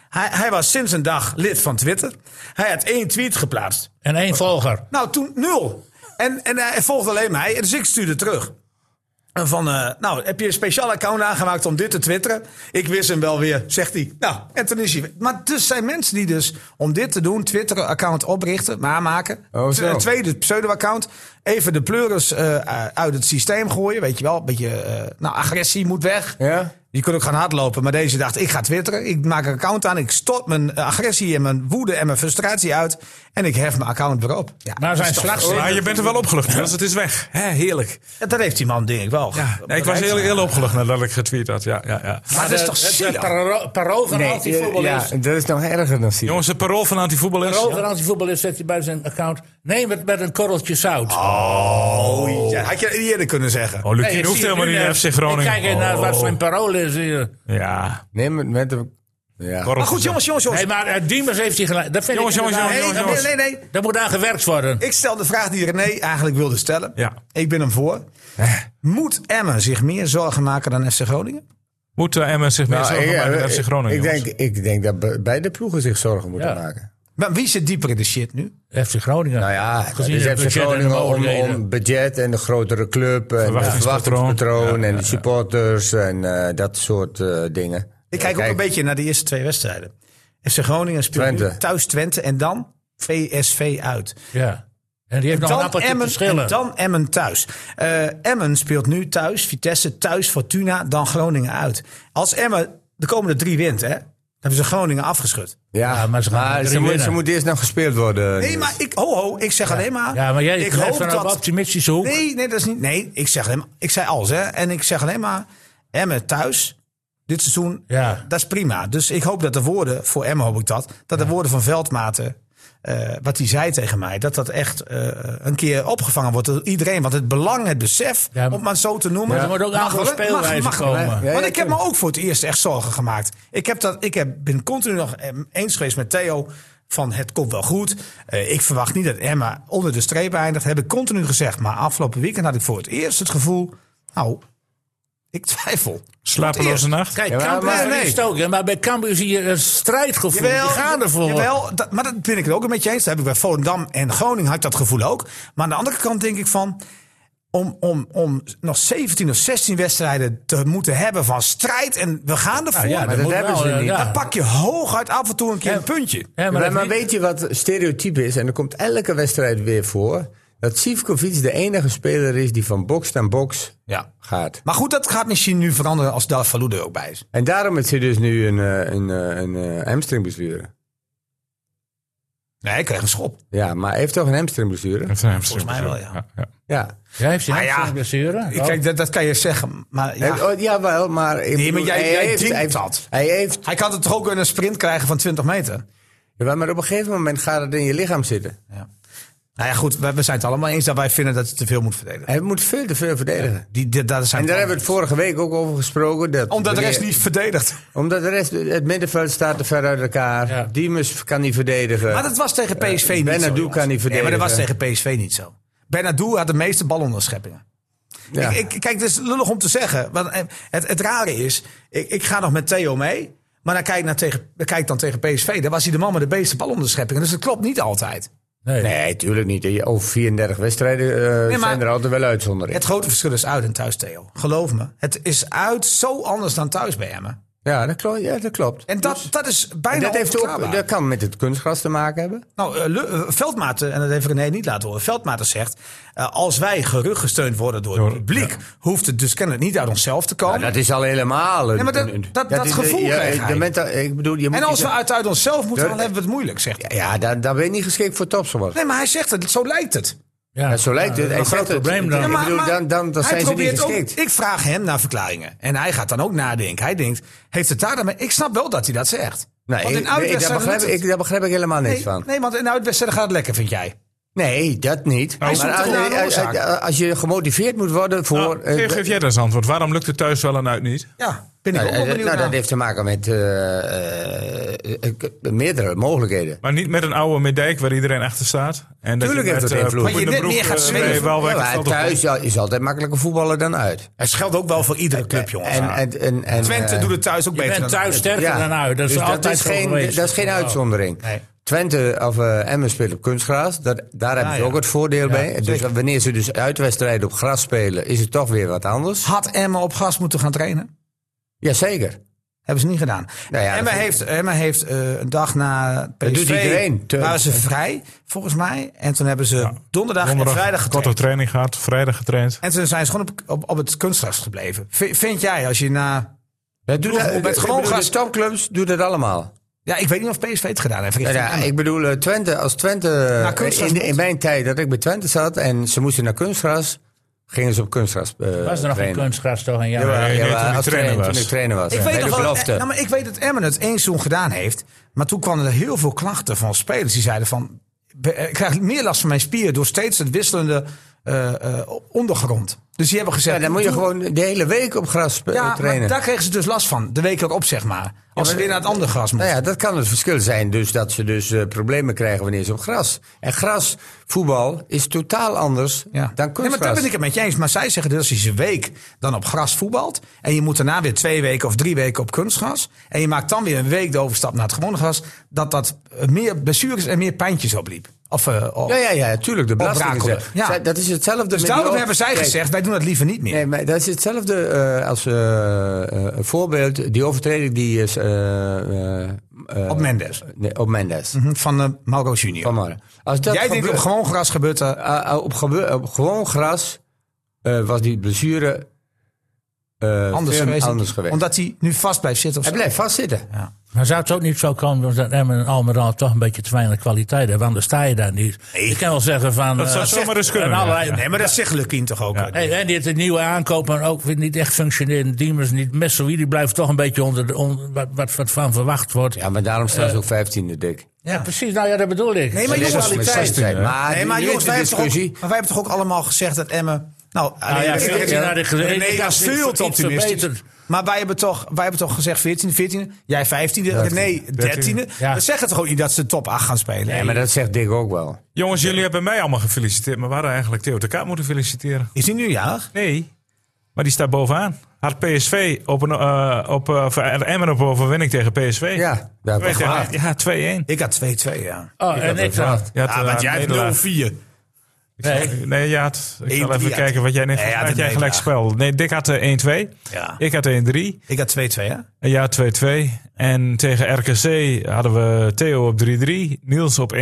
Hij, hij was sinds een dag lid van Twitter. Hij had één tweet geplaatst. En één volger. Nou, toen nul. En, en hij volgde alleen mij. Dus ik stuurde terug. En van, eh, nou, heb je een speciaal account aangemaakt om dit te twitteren? Ik wist hem wel weer, zegt hij. Nou, en toen is hij... Maar dus zijn mensen die dus om dit te doen... Twitter-account oprichten, maar maken. Oh, zo. Een tweede pseudo-account. Even de pleuris eh, uit het systeem gooien, weet je wel. Een beetje, eh, nou, agressie moet weg. Ja? Je kunt ook gaan hardlopen, maar deze dacht: ik ga twitteren. Ik maak een account aan. Ik stort mijn eh, agressie en mijn woede en mijn frustratie uit. En ik hef mijn account weer op. Ja, Maar dat zijn is toch- slagzin. Maar je bent er wel opgelucht, want het is weg. Hè, heerlijk. Ja, dat heeft die man, denk ik wel. Ja, nee, ik was heel, heel opgelucht nadat ik getweet had. Ja, ja, ja. Maar dat is toch Het zielig? paro- parool van eh, ja, antivoetballers. dat is nog erger dan zien. Jongens, het parool van antivoetbal is... Parool van antivoetballers zet hij bij zijn account. Neem het met een korreltje zout. Oh, ja, had je dat eerder kunnen zeggen. Oh, Lukien Nee, ik hoeft zie het helemaal nu niet naar FC net. Groningen. Oh. Ik eh, kijk even naar wat zijn parool is hier. Ja. Neem het met een... Ja. Maar goed, jongens, jongens, jongens. Nee, maar eh, Diemers heeft hij gelijk. Dat vind Jongens, ik jongens, inderdaad- jongens, Nee, jongens, nee, nee, nee. Daar moet aan gewerkt worden. Ik stel de vraag die René eigenlijk wilde stellen. Ja. Ik ben hem voor. Moet Emmen zich meer zorgen maken dan FC Groningen? Moet eh, Emmen zich meer Nou, zorgen ik- maken eh, dan FC Groningen? ik, jongens? denk, ik denk dat be- beide ploegen zich zorgen moeten Ja. maken. Maar wie zit dieper in de shit nu? FC Groningen. Nou ja, Gezien dus het heb je budget en de Groningen om, mogelijkheden. om budget en de grotere club... en het Verwachtingspatroon. verwachtingspatroon Ja, en ja, de supporters en eh, dat soort eh, dingen. Ik kijk ook een beetje naar de eerste twee wedstrijden. FC Groningen speelt nu Twente. thuis Twente en dan VSV uit. Ja. En die heeft nog een Dan appeltje Emmen, verschillen. en dan Emmen thuis. Eh, Emmen speelt nu thuis, Vitesse thuis, Fortuna, dan Groningen uit. Als Emmen de komende drie wint, hè, dan hebben ze Groningen afgeschud. Ja, Ja, maar maar ze ze, gaan drie moet, winnen. ze moet eerst nog gespeeld worden. Nee, maar ik, ho, ho, ik zeg alleen maar. ja, maar jij ik blijft vanuit een optimistische hoek. Nee, nee, dat is niet. Nee, ik zeg alleen maar. Ik zei alles, hè. En ik zeg alleen maar. Emmen thuis, dit seizoen, Ja. dat is prima. Dus ik hoop dat de woorden, voor Emmen hoop ik dat, dat de woorden van Veldmaten. eh, wat hij zei tegen mij, dat dat echt eh, een keer opgevangen wordt door iedereen. Want het belang, het besef, Ja, om het maar zo te noemen. Ja, er moet ook aan mag voor wel, mag- speelwijze mag- komen. Want Ja, ja, ik heb me ook voor het eerst echt zorgen gemaakt. Ik, heb dat, ik heb, ben continu nog eh, eens geweest met Theo van het komt wel goed. Eh, ik verwacht niet dat Emma onder de streep eindigt. Heb ik continu gezegd. Maar afgelopen weekend had ik voor het eerst het gevoel... nou, ik twijfel. Voor het Slapeloze eerst. nacht. Kijk, Ja, maar- Cambuur maar- is nee. niet stoken. Maar bij Cambuur zie je een strijdgevoel. Jawel, die gaan ervoor. jawel, dat- maar dat ben ik het ook een beetje eens. Dat heb ik bij Volendam en Groningen had ik dat gevoel ook. Maar aan de andere kant denk ik van... Om, om, om nog 17 of 16 wedstrijden te moeten hebben van strijd. En we gaan ervoor. ja, Maar dat dat moet hebben wel, ze eh, niet. ja. Dan pak je hooguit af en toe een keer een puntje. Ja, maar maar dat maar niet- weet je wat stereotype is? En dat komt elke wedstrijd weer voor. dat Sivkovic de enige speler is die van box naar box Ja. gaat. Maar goed, dat gaat misschien nu veranderen als Dal Falou er ook bij is. En daarom heeft hij dus nu een, eh, een, eh, een, eh, hamstringblessure. Nee, hij kreeg een schop. Ja, maar hij heeft toch een hamstringblessure? Volgens mij wel, ja. Ja. Jij heeft zich Maar ja, een blessure. Oh. Ik Kijk, dat, dat kan je zeggen. Maar ja. Hij- oh, jawel, maar... ik Nee, maar bedoel, jij, jij hij, denkt heeft, dat. hij heeft... Hij kan het toch ook een sprint krijgen van 20 meter? jawel, maar op een gegeven moment gaat het in je lichaam zitten. Nou ja, goed, we, we zijn het allemaal eens dat wij vinden dat hij te veel moet verdedigen. Hij moet veel te veel verdedigen. Die, die- daar zijn En daar hebben we het vorige week ook over gesproken. Dat Omdat de wanneer- rest niet verdedigt. Omdat de rest, het middenveld staat te ver uit elkaar. Ja. Diemus kan niet verdedigen. Maar dat was tegen PSV Eh, niet Benadou zo. kan jongens. niet Nee, maar dat verdedigen. was tegen PSV niet zo. Benadou had de meeste balonderscheppingen. Ja. Ik, ik, kijk, het is lullig om te zeggen. Want eh, het, het rare is, ik, ik ga nog met Theo mee. Maar dan kijk, ik naar tegen, dan kijk ik dan tegen PSV. Daar was hij de man met de meeste balonderscheppingen. Dus dat klopt niet altijd. nee. Nee, tuurlijk niet. Over 34 wedstrijden eh, maar- zijn er altijd wel uitzonderingen. Het grote verschil is uit en thuis, Theo. Geloof me. Het is uit zo anders dan thuis bij hem. Ja, dat klopt. Ja, dat, klopt. En dat, dat is bijna Dus- dat, heeft onverklaarbaar. ook, dat kan met het kunstgras te maken hebben. Nou, eh, Le- eh, Veldmaten, en dat heeft René niet laten horen. Veldmaten zegt, eh, als wij geruggesteund worden door het publiek... hoeft het dus kennelijk niet uit onszelf te komen. Nou, dat is al helemaal... een- Nee, maar dat- een- een- dat- dat is- gevoel ja, krijg de hij. menta- Ik bedoel, je moet en als we niet- uit, uit onszelf moeten, Dat- dan hebben we het moeilijk, zegt hij. Ja, daar, daar ben je niet geschikt voor topsport. Nee, maar hij zegt het, zo lijkt het. Ja. Ja, zo lijkt Ja, het. dat Hij is Een zegt groot het. probleem Ja, dan. maar- Nou, bedoel, dan- dan- dan hij zijn ze niet probeert ook- geschikt. ik vraag hem naar verklaringen. En hij gaat dan ook nadenken. Hij denkt, heeft het daar dan mee? Ik snap wel dat hij dat zegt. want Nee, ik- in nee, daar, uitwedstrijden begrijp, lukt het. ik, daar begrijp ik helemaal niks nee, van. nee, want in uitwedstrijden gaat het lekker, vind jij. Nee, dat niet. Hij zoekt maar eh, als, toch wel een als- als- oorzaak? als je gemotiveerd moet worden voor... Nou, eh, geef, geef jij dat eens antwoord. Waarom lukt het thuis wel en uit niet? Ja, ben ik Nou, ook wel eh, benieuwd nou, naar. dat heeft te maken met eh, eh, eh, meerdere mogelijkheden. Maar niet met een oude Middijk waar iedereen achter staat. En dat Tuurlijk je heeft met, dat eh, Ploeg invloed. Maar je in de net broek, meer gaat eh, zwingen. bij Waalwijk het Ja, maar veld op komt. thuis ja, is altijd makkelijker voetballen dan uit. Het geldt ook wel voor iedere club, jongens. En, en, en, en, Twente eh, doet het thuis ook Je beter bent dan- thuis sterker dan uit. Dat is dus altijd is zo geen, geweest. Dat is geen uitzondering. Twente of eh, Emmen speelt op kunstgras. Dat, daar hebben ze ja. ook het voordeel bij. Dus wanneer ze dus uitwedstrijden op gras spelen, is het toch weer wat anders. Had Emma op gas moeten gaan trainen? Jazeker. Hebben ze niet gedaan. Nou ja, Emma, dat- heeft, Emma heeft eh, een dag na PSV... doet iedereen. Te- Waren ze vrij, volgens mij. En toen hebben ze donderdag, Donderdag en vrijdag korte getraind. training gehad, vrijdag getraind. En toen zijn ze gewoon op, op, op het kunstgras gebleven. V- vind jij, als je na... doet Eh, met ik gewoon bedoel, gras... de topclubs doen dat allemaal. Ja, ik weet niet of PSV het gedaan heeft. Ja, richting ja, Emmen. ik bedoel, eh, Twente, als Twente. eh, kunstgras in, de- moet. in mijn tijd dat ik bij Twente zat en ze moesten naar kunstgras, gingen ze op kunstgras. eh, Was er nog een trainen. kunstgras toch een jaar? Ja, Nee, nee, ja, toen ik trainer als trainer- was. toen ik trainer was. Ik ja, weet, bij nog de wel, belofte. eh, nou, maar ik weet dat Emmen het één seizoen gedaan heeft. Maar toen kwamen er heel veel klachten van spelers. Die zeiden van, "Be- eh, ik krijg meer last van mijn spieren door steeds het wisselende eh, eh, ondergrond. Dus die hebben gezegd... Ja, dan moet je "Doe- gewoon de hele week op gras spe- Ja, trainen. maar daar kregen ze dus last van. De week erop, zeg maar. Als ze weer naar het andere gras Nou moeten. ja, dat kan het verschil zijn. Dus dat ze dus eh, problemen krijgen wanneer ze op gras. En grasvoetbal is totaal anders Ja. dan Nee, kunstgras. maar daar ben ik het met je eens. Maar zij zeggen dus als je ze week dan op gras voetbalt. En je moet daarna weer twee weken of drie weken op kunstgras. En je maakt dan weer een week de overstap naar het gewone gras. Dat dat eh, meer blessures en meer pijntjes opliep. Of, eh, op- Ja, ja, ja, tuurlijk. De belasting is Brakelen. er. Ja. Zij- Dat is hetzelfde. Dus met daarom die- hebben zij Kijk, gezegd, wij doen dat liever niet meer. Nee, maar dat is hetzelfde eh, als eh, eh, een voorbeeld. Die overtreding die is eh, eh, eh, op Mendes. nee, op Mendes. Mhm, Van eh, Mauro Junior. Van Marre. Als dat Jij denkt gebe- op gewoon gras gebeurt er... eh, eh, op, gebe- op gewoon gras eh, was die blessure eh, Anders veel geweest. anders geweest. Omdat hij nu vast blijft zitten. Of Hij zo. blijft vastzitten. Maar zou het ook niet zo komen dat Emmen en Almeraal toch een beetje te weinig kwaliteit hebben? Want dan sta je daar niet. Ik kan wel zeggen van... Dat eh, zou zomaar eens kunnen, en ja. allerlei- Nee, maar dat zegt Lukien toch ook. hè? Hey, en die heeft een nieuwe aankoop, maar ook weer niet echt functioneren. Diemers niet. Messoui, die blijft toch een beetje onder de, on- wat, wat, wat van verwacht wordt. Ja, Ja, maar daarom Eh. staan ze ook vijftiende dik. precies. Nou ja, dat bedoel ik. Nee, maar Dit jongens, was met kwaliteit. 16e. Maar, Nee, maar nu jongens, is de wij hebben, toch ook, discussie. maar wij hebben toch ook allemaal gezegd dat Emmen... Nou, Nou ja, ik- ik- 14 had ik gezegd, René ik had is iets veel iets te optimistisch. verbeterd. Maar wij hebben toch, wij hebben toch gezegd 14e, 14e, jij 15e, René 13e. Ja. We zeggen toch ook niet dat ze de top 8 gaan spelen? Nee, maar dat zegt Dick ook wel. Jongens, jullie hebben mij allemaal gefeliciteerd. Maar we hadden eigenlijk Theo de Kaat moeten feliciteren. Is hij nu jarig? Nee, maar die staat bovenaan. Had PSV op een, eh, op, eh, of Emmen op een overwinning tegen PSV. Ja, daar Twee hebben we tegen- gehad. ja 2-1. Ik had 2-2, ja. Oh, en ik dan. Je had, Ja, eh, want jij nederlaag. hebt 0-4. Nee. Nee, ja, het- ik zal 1-3 even had- kijken wat jij net Nee, ja, had dat jij nee, gelijk ja. spel. Nee, Dick had eh, 1-2. Ja. Ik had 1-3. Ik had 2-2, hè? En jij had 2-2. En tegen RKC hadden we Theo op 3-3, Niels op 1-2,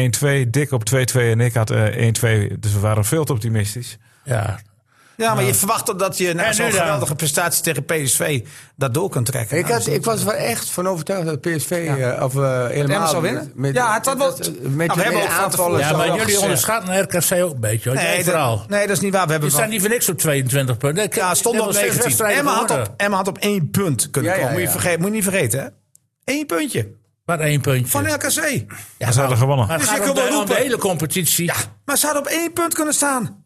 Dick op 2-2 en ik had eh, 1-2. Dus we waren veel te optimistisch. Ja. Ja, maar je verwacht toch dat je na En zo'n nu dan? geweldige prestatie tegen PSV dat door kunt trekken. Ik, Nou, had, dat is ik was er echt van overtuigd dat PSV eh, of, eh, helemaal... Emmen zou met- winnen? Met, Ja, het had wel- met- Nou, we Met hebben jullie ook van tevoren- Ja, aanvallen Ja, zou- wel maar jullie gezegd. onderschatten RKC ook een beetje. hoor. Jij eh, nee, vooral. dat, nee, dat is niet waar. We Je hebben staat niet voor niks op 22 punten. Ik- ja, ik stond heb op al zes 19. wedstrijden Emma had gewonnen. op, Emma had op één punt kunnen Ja, ja, komen. Moet, je ja. verge- moet je niet vergeten, hè? Eén puntje. Maar één puntje. Van LKC. En ze hadden gewonnen. maar het Dus gaat je kunt om de- wel om de roepen. hele competitie. Ja. Maar ze hadden op één punt kunnen staan.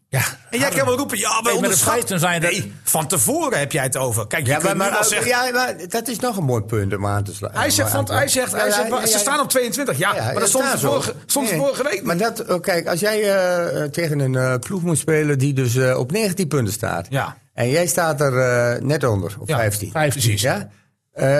En jij kan wel roepen, ja, we de onderschatten. feiten zijn er- Nee, van tevoren heb jij het over. Kijk, je Ja, maar, kunt nu maar, wel ook- zeggen... ja, maar dat is nog een mooi punt om aan te slaan. Hij zegt, om aan van, te- hij zegt, hij Ja, zegt ja, ze ja, staan ja. op 22. Ja, Ja, maar dat ja, stond staan ze zo. vorige, stond ze Nee. vorige week. Maar dat, oh, kijk, als jij eh, eh, tegen een eh, ploeg moet spelen die dus eh, op 19 punten staat. Ja. En jij staat er eh, net onder, op 15. 15. Precies. Ja? Eh,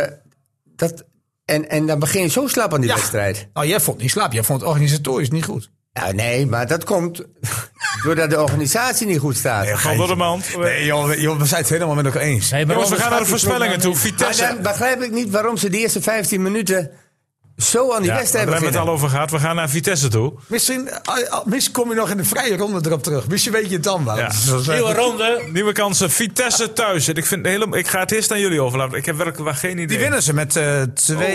dat, en, en dan begin je zo slap aan die Ja. wedstrijd. Nou, jij vond niet slaap. Jij vond het organisatorisch niet goed. Ja, nee, maar dat komt [LAUGHS] doordat de organisatie niet goed staat. Van door de mand. Nee, joh, we- joh, we zijn het helemaal met elkaar eens. Nee, maar Jongens, we gaan naar de onderschat die voorspellingen toe. ploeg Maar Vitesse. dan begrijp ik niet waarom ze de eerste 15 minuten zo aan die Ja, daar wedstrijd hebben we het beginnen. al over gehad. We gaan naar Vitesse toe. Misschien, eh, al- misschien kom je nog in de vrije ronde erop terug. Misschien weet je het dan wel. Ja. Dus dat is, eh, nou. Nieuwe ronde. Nieuwe kansen. Vitesse thuis. En Ik, vind helemaal, ik ga het eerst aan jullie overlaten. Ik heb werkelijk waar geen idee. Die winnen ze met eh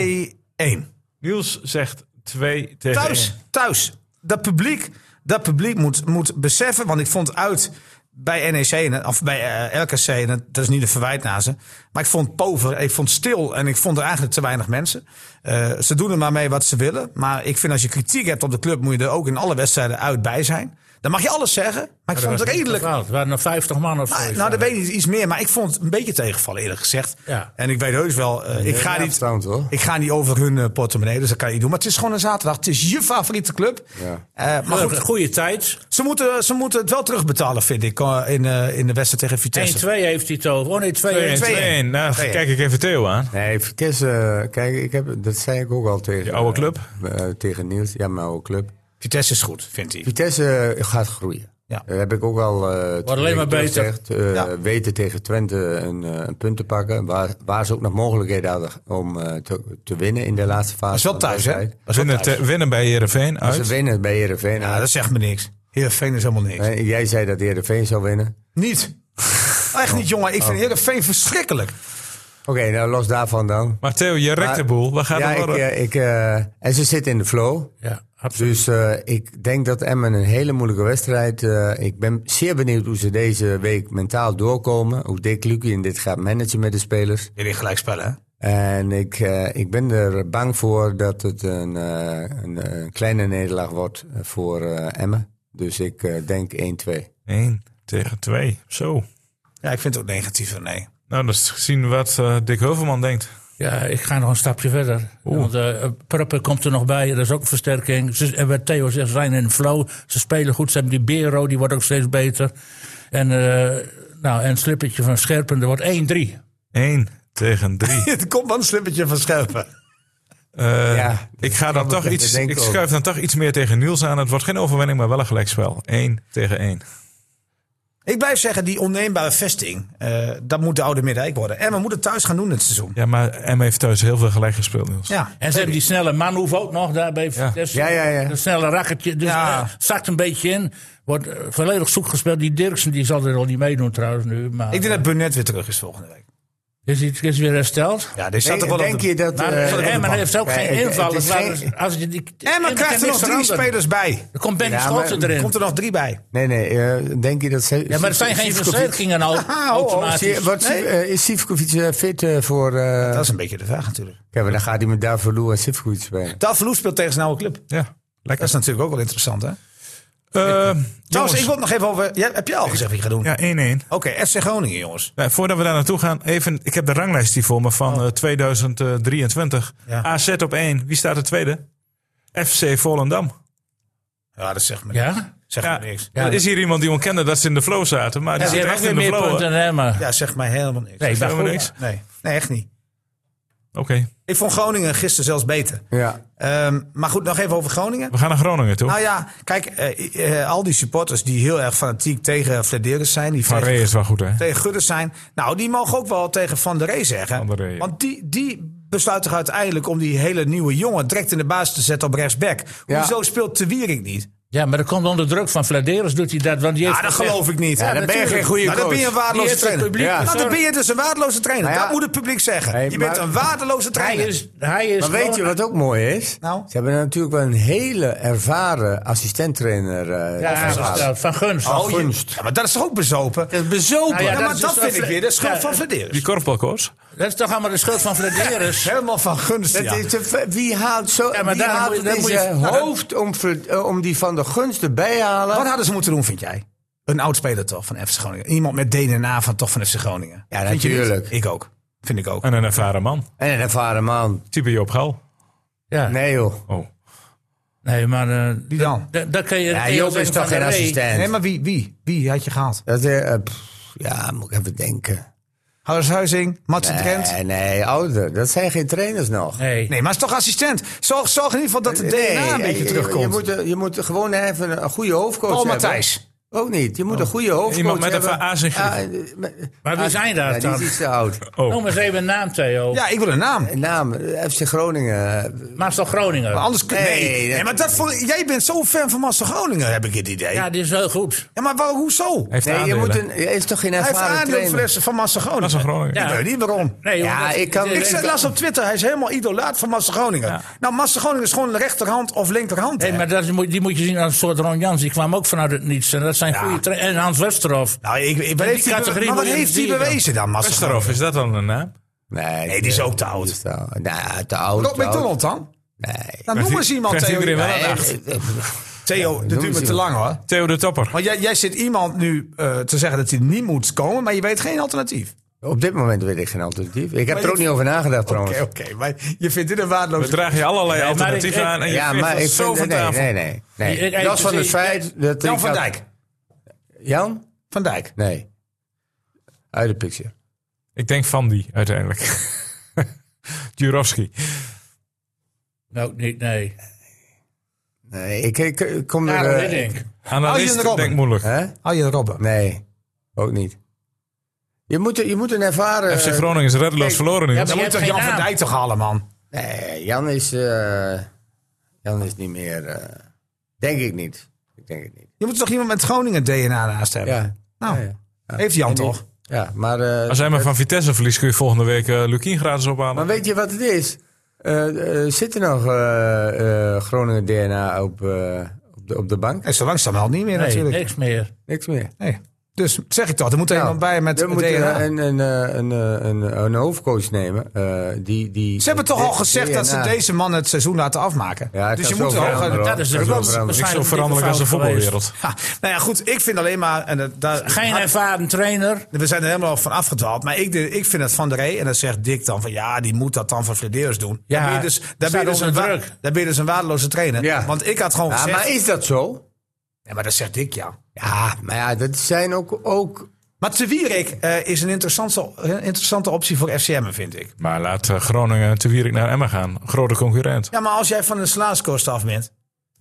2-1. Niels zegt 2 [LAUGHS] tegen Thuis, één. thuis. Dat publiek, dat publiek moet, moet beseffen. Want ik vond uit bij NEC, en- of bij eh, RKC, en dat- dat is niet een verwijt naar ze. Maar ik vond pover, ik vond stil en ik vond er eigenlijk te weinig mensen. Eh, ze doen er maar mee wat ze willen. Maar ik vind als je kritiek hebt op de club, moet je er ook in alle wedstrijden uit bij zijn. Dan mag je alles zeggen. Maar ik vond het redelijk. Het waren nog 50 man of zo. Nou, dat weet ik niet, iets meer. Maar ik vond het een beetje tegenvallen, eerlijk gezegd. Ja. En ik weet heus wel, eh, ik, ga Ja, niet, vertrouwd, hoor. ik ga niet over hun eh, portemonnee, dus dat kan je niet doen. Maar het is gewoon een zaterdag. Het is je favoriete club. Ja. Eh, maar goed, Goede tijd. 1-2 ze moeten, ze moeten het wel terugbetalen, vind ik, eh, in, eh, in de wedstrijd tegen Vitesse. heeft hij het over. Oh nee, 2-1. 2-1. Nou, kijk ik even Theo aan. Nee, Vitesse, eh, kijk, ik heb, dat zei ik ook al tegen... Je oude club? eh, eh, tegen Niels, ja, mijn oude club. Vitesse is goed, vindt hij. Vitesse eh, gaat groeien. Ja. Dat heb ik ook al eh, twee alleen maar weken terug beter. gezegd. Eh, Ja. Weten tegen Twente een, eh, een punt te pakken. Waar, waar ze ook nog mogelijkheden hadden om eh, te, te winnen in de laatste fase. is wel van de thuis, hè? wedstrijd. Winnen, te- winnen bij Heerenveen Ze uit. winnen bij Heerenveen. Ja, dat zegt me niks. Heerenveen is helemaal niks. Eh, Jij zei dat Heerenveen zou winnen. Niet. Echt niet, jongen. Ik vind Oh. Heerenveen verschrikkelijk. Oké, nou los daarvan dan. Maar Theo, je rekt Maar- de boel. Wat gaat ja, er ik, worden? eh, ik, eh, en ze zitten in de flow. Ja, absoluut. Dus eh, ik denk dat Emmen een hele moeilijke wedstrijd. eh, ik ben zeer benieuwd hoe ze deze week mentaal doorkomen. Hoe Dick Lucie in dit gaat managen met de spelers. Jullie gelijk spellen, hè? En ik, eh, ik ben er bang voor dat het een, eh, een, eh, kleine nederlaag wordt voor eh, Emmen. Dus ik eh, denk 1-2. 1 tegen 2. Zo. Ja, ik vind het ook negatiever, nee. [LAUGHS] Nou, dat is gezien wat eh, Dick Heuvelman denkt. Ja, ik ga nog een stapje verder. Want eh Pruppen komt er nog bij, dat is ook een versterking. Ze, en wat Theo zegt, ze zijn in flow. Ze spelen goed. Ze hebben die Bero, die wordt ook steeds beter. En, eh, nou, en het slippertje van Scherpen, dat wordt 1-3. 1 tegen [LAUGHS] 3. Het komt wel een slippertje van Scherpen. Eh, Ja, ik, ga dan dat toch ik iets, denk ik ook. schuif dan toch iets meer tegen Niels aan. Het wordt geen overwinning, maar wel een gelijkspel. 1 tegen 1. Ik blijf zeggen, die onneembare vesting, eh, dat moet de oude Middijk worden. En we moeten thuis gaan doen dit seizoen. Ja, maar M heeft thuis heel veel gelijk gespeeld, Niels. Ja. En ze hebben die snelle Manhoef ook nog daar bij Vitesse. Ja, ja, ja. Dat snelle rakketje. Dus Ja. eh, zakt een beetje in. Wordt eh, volledig zoek gespeeld. Die Dirksen die zal er al niet meedoen trouwens nu. Maar Ik denk dat Burnett weer terug is volgende week. is, hij- is hij weer hersteld. Ja, die staat Denk- er wel op denk de- je dat... Maar eh, eh, Emmen heeft ook Kijk, geen het- het inval. is Het waren- geen- als je die, Emma krijgt er nog drie spelers bij. Er komt Benny Ja, Schotten maar- erin. Komt er nog drie bij. nee, nee. eh, denk je dat ze... Ja, maar er zijn geen versterkingen al automatisch. Wat, eh, is Sivkovic eh, fit eh, voor... eh, Dat is een beetje de vraag natuurlijk. Kijk, maar dan gaat hij met Davolo en Sivkovic spelen. Tafeloef speelt tegen zijn oude club. Ja, Dat lekker. is natuurlijk ook wel interessant, hè? Eh, Trouwens, jongens, ik wil het nog even over... Ja, heb je al gezegd wat je gaat doen? ja, 1-1. Oké, FC Groningen, jongens. Nou, voordat we daar naartoe gaan, even, ik heb de ranglijst hier voor me van eh, 2023. Ja. AZ op 1. Wie staat er tweede? FC Volendam. Ja, dat zegt me, Ja? zegt Ja. me niks. Er is hier iemand die ontkende dat ze in de flow zaten, maar die Ze zit hebben ook echt weer in de meer flow. hè? punten dan Emmen. Ja, zegt mij helemaal niks. Nee, maar Helemaal goed. niks. Nee, nee, echt niet. Oké, Ik vond Groningen gisteren zelfs beter. Ja. Ehm, maar goed, nog even over Groningen. we gaan naar Groningen toe. Nou ja, kijk, eh, eh, al die supporters die heel erg fanatiek tegen Flederis zijn, die Van tegen, Rey is wel goed, hè? tegen Gudde zijn, nou, die mogen ook wel tegen Van der Rey zeggen. Van der Rey, ja. Want die, die besluit toch uiteindelijk om die hele nieuwe jongen direct in de baas te zetten op rechtsback. Ja. Hoezo speelt Te Wierik niet? Ja, maar dat komt onder druk van Vladeris, doet hij dat. Want die heeft Ah, dat gezegd- geloof ik niet. Ja, dan ben je natuurlijk. geen goede Nou, Dan ben je coach. een waardeloze Die heeft het trainer. publiek Nou, dan bezorgd. ben je dus een waardeloze trainer. Nou ja. Dat moet het publiek zeggen. Hey, je bent maar- een waardeloze Hij trainer. is, hij is Maar weet je gewoon- wat ook mooi is? Nou? Ze hebben natuurlijk wel een hele ervaren assistenttrainer. eh Ja, van ja, Gaal. ja, van Guns. Oh, Van je- Guns. Ja, maar dat is toch ook bezopen? Dat is bezopen. Nou ja, Ja, maar is dat dus vind ik wel vle- weer de schuld Ja, van Vladeris. Die korfbalkoers. Dat is toch allemaal de schuld van Vladeris? [LAUGHS] Helemaal van gunst. Dat ja. is te ve- wie haalt, zo, Ja, maar wie daar haalt moet het je- daar in moet je- zijn Nou, dat- hoofd om, ver- eh, om die van de gunst erbij te halen? Wat hadden ze moeten doen, vind jij? Een oud-speler toch van FC Groningen? Iemand met DNA van toch van FC Groningen? Ja, Vind je niet? natuurlijk. Ik ook. Vind ik ook. En een ervaren man. En een ervaren man. Type Joop Gal. Ja. Nee. Nee joh. Oh. maar... eh, Wie dan? da- daar kun je... kun Ja, je Joop zeggen is toch van geen de Ree. assistent? Nee, maar wie, wie? Wie had je gehaald? dat, eh, eh, pff, ja, moet ik even denken. Harris Huizing, Matsen Trent? Nee, nee, ouder. Dat zijn geen trainers nog. Nee. Nee, maar is toch assistent? Zorg, zorg in ieder geval dat het DNA Nee, een beetje je- terugkomt. Je moet, eh, je moet gewoon even een- een goede hoofdcoach Paul hebben. Matthijs. Oh. Ook niet. Je moet een goede hoofdcoach Iemand met een hebben. Ah, eh, veraarzing Maar wie zijn daar ja, dan? Die is iets te oud. Oh. Noem eens even een naam, Theo. Ja, ik wil een naam. Een Naam, eh, FC Groningen. eh, Marcel Groningen. Maar anders kun- Nee, nee, nee, dat- maar dat vond- jij bent zo fan van Marcel Groningen, heb ik het idee. Ja, Ja, die is heel goed. maar waar, hoezo? Heeft Nee, je aandelen. moet een, er is toch geen Hij heeft ervaren aandeel trainer? van- van Marcel Groningen. Dat is een Groningen. Ja. Ik weet niet waarom. Nee, joh, Ja, dat- ik kan- dat- Ik zei, las op Twitter, hij is helemaal idolaat van Marcel Groningen. Ja. Nou, Marcel Groningen is gewoon de rechterhand of linkerhand. Nee, hè? maar dat is- moet- die moet je zien als een soort Ron Jans. Die kwam ook vanuit het niets. En dat zijn Ja. goede tra- En Hans Westerhof. Nou, ik, ik, wat die heeft hij bewe- categorie maar wat moet je heeft hij zien dan. bewezen dan, Marcel Westerhof, Groningen? is dat dan een naam? Nee, Nee, die is ook te oud. die is te oud. Nou, te oud. Rob te oud. McDonald dan? Nee. eh, Nou, noem Krijgt eens i- iemand, krijgt Theo. iedereen wel Nee, een nee, acht. Theo, dat duurt me te lang hoor. Theo de Topper. Want jij, jij zit iemand nu eh, te zeggen dat hij niet moet komen, maar je weet geen alternatief. Op dit moment weet ik geen alternatief. Ik heb Maar er ook je- niet over nagedacht Oké, Oh. trouwens. oké, maar je vindt dit een waardeloos... We dragen je allerlei maar alternatieven ik- aan. En je Ja, maar ik zo vind... van Nee, tafel. nee, nee. Ik- ik- nee. ik- Los van ik- het ik- feit dat Jan ik van had- Dijk. Jan? Van Dijk. Nee. Uit de picture. Ik denk van die uiteindelijk. [LAUGHS] Jurovski. Nou, niet, nee. Nee, ik, ik, ik kom er... Karel eh, Hiddink. Analist, Robben. denk moeilijk. Hè? Arjen Robben. Nee, ook niet. Je moet, je moet een ervaren... FC Groningen is reddeloos verloren nu. Ja, maar- Dan Je moet hebt toch geen Jan van naam. Dijk toch halen, man? Nee, Jan is... eh, Jan is niet meer... eh, denk ik niet. Ik denk het niet. Je moet toch iemand met Groningen DNA naast hebben? Ja. Nou, Ja, ja. heeft Jan En die- toch? Ja, maar... eh, Als hij maar van Vitesse verliest, kun je volgende week eh Lukien gratis Maar ophalen. weet je wat het is? Eh, eh, zit er nog eh, eh, Groningen DNA op, eh, op, de, op de bank? En zo langzamerhand niet meer Nee, natuurlijk. niks meer. Niks meer. Nee. Dus zeg ik toch, er moet er iemand bij met Nou, we met moeten DNA. een, een, eh, een, eh, een, een hoofdcoach nemen. eh, die, die, Ze hebben toch al eh, gezegd dat ze DNA deze man het seizoen laten afmaken. Ja, het dus kan je moet zo er al veranderen, gaan- hoor. Dat is dus Dat de is wel groot- veranderd. Niks zo waarschijnlijk veranderlijk als de dikke fout geweest. voetbalwereld. Ja, nou ja, goed, ik vind alleen maar... En dat, daar, Geen had- ervaren trainer. we zijn er helemaal van afgedwaald. Maar ik, ik vind dat Van der Rey, en dat zegt Dick dan van... ja, die moet dat dan van Flederis doen. Ja, daar ben je dus, daar ben staat je dus een, onder wa- druk. daar ben je dus een waardeloze trainer. Ja. Want ik had gewoon Ja, gezegd... maar is dat zo? Ja, maar dat zegt Dick, ja. Ja, maar ja, dat zijn ook... ook Maar Te Wierik eh, is een interessante, een interessante optie voor FCM, vind ik. Maar laat eh, Groningen te Wierik naar Emmen gaan. Grote concurrent. Ja, maar als jij van een slaaskost af bent...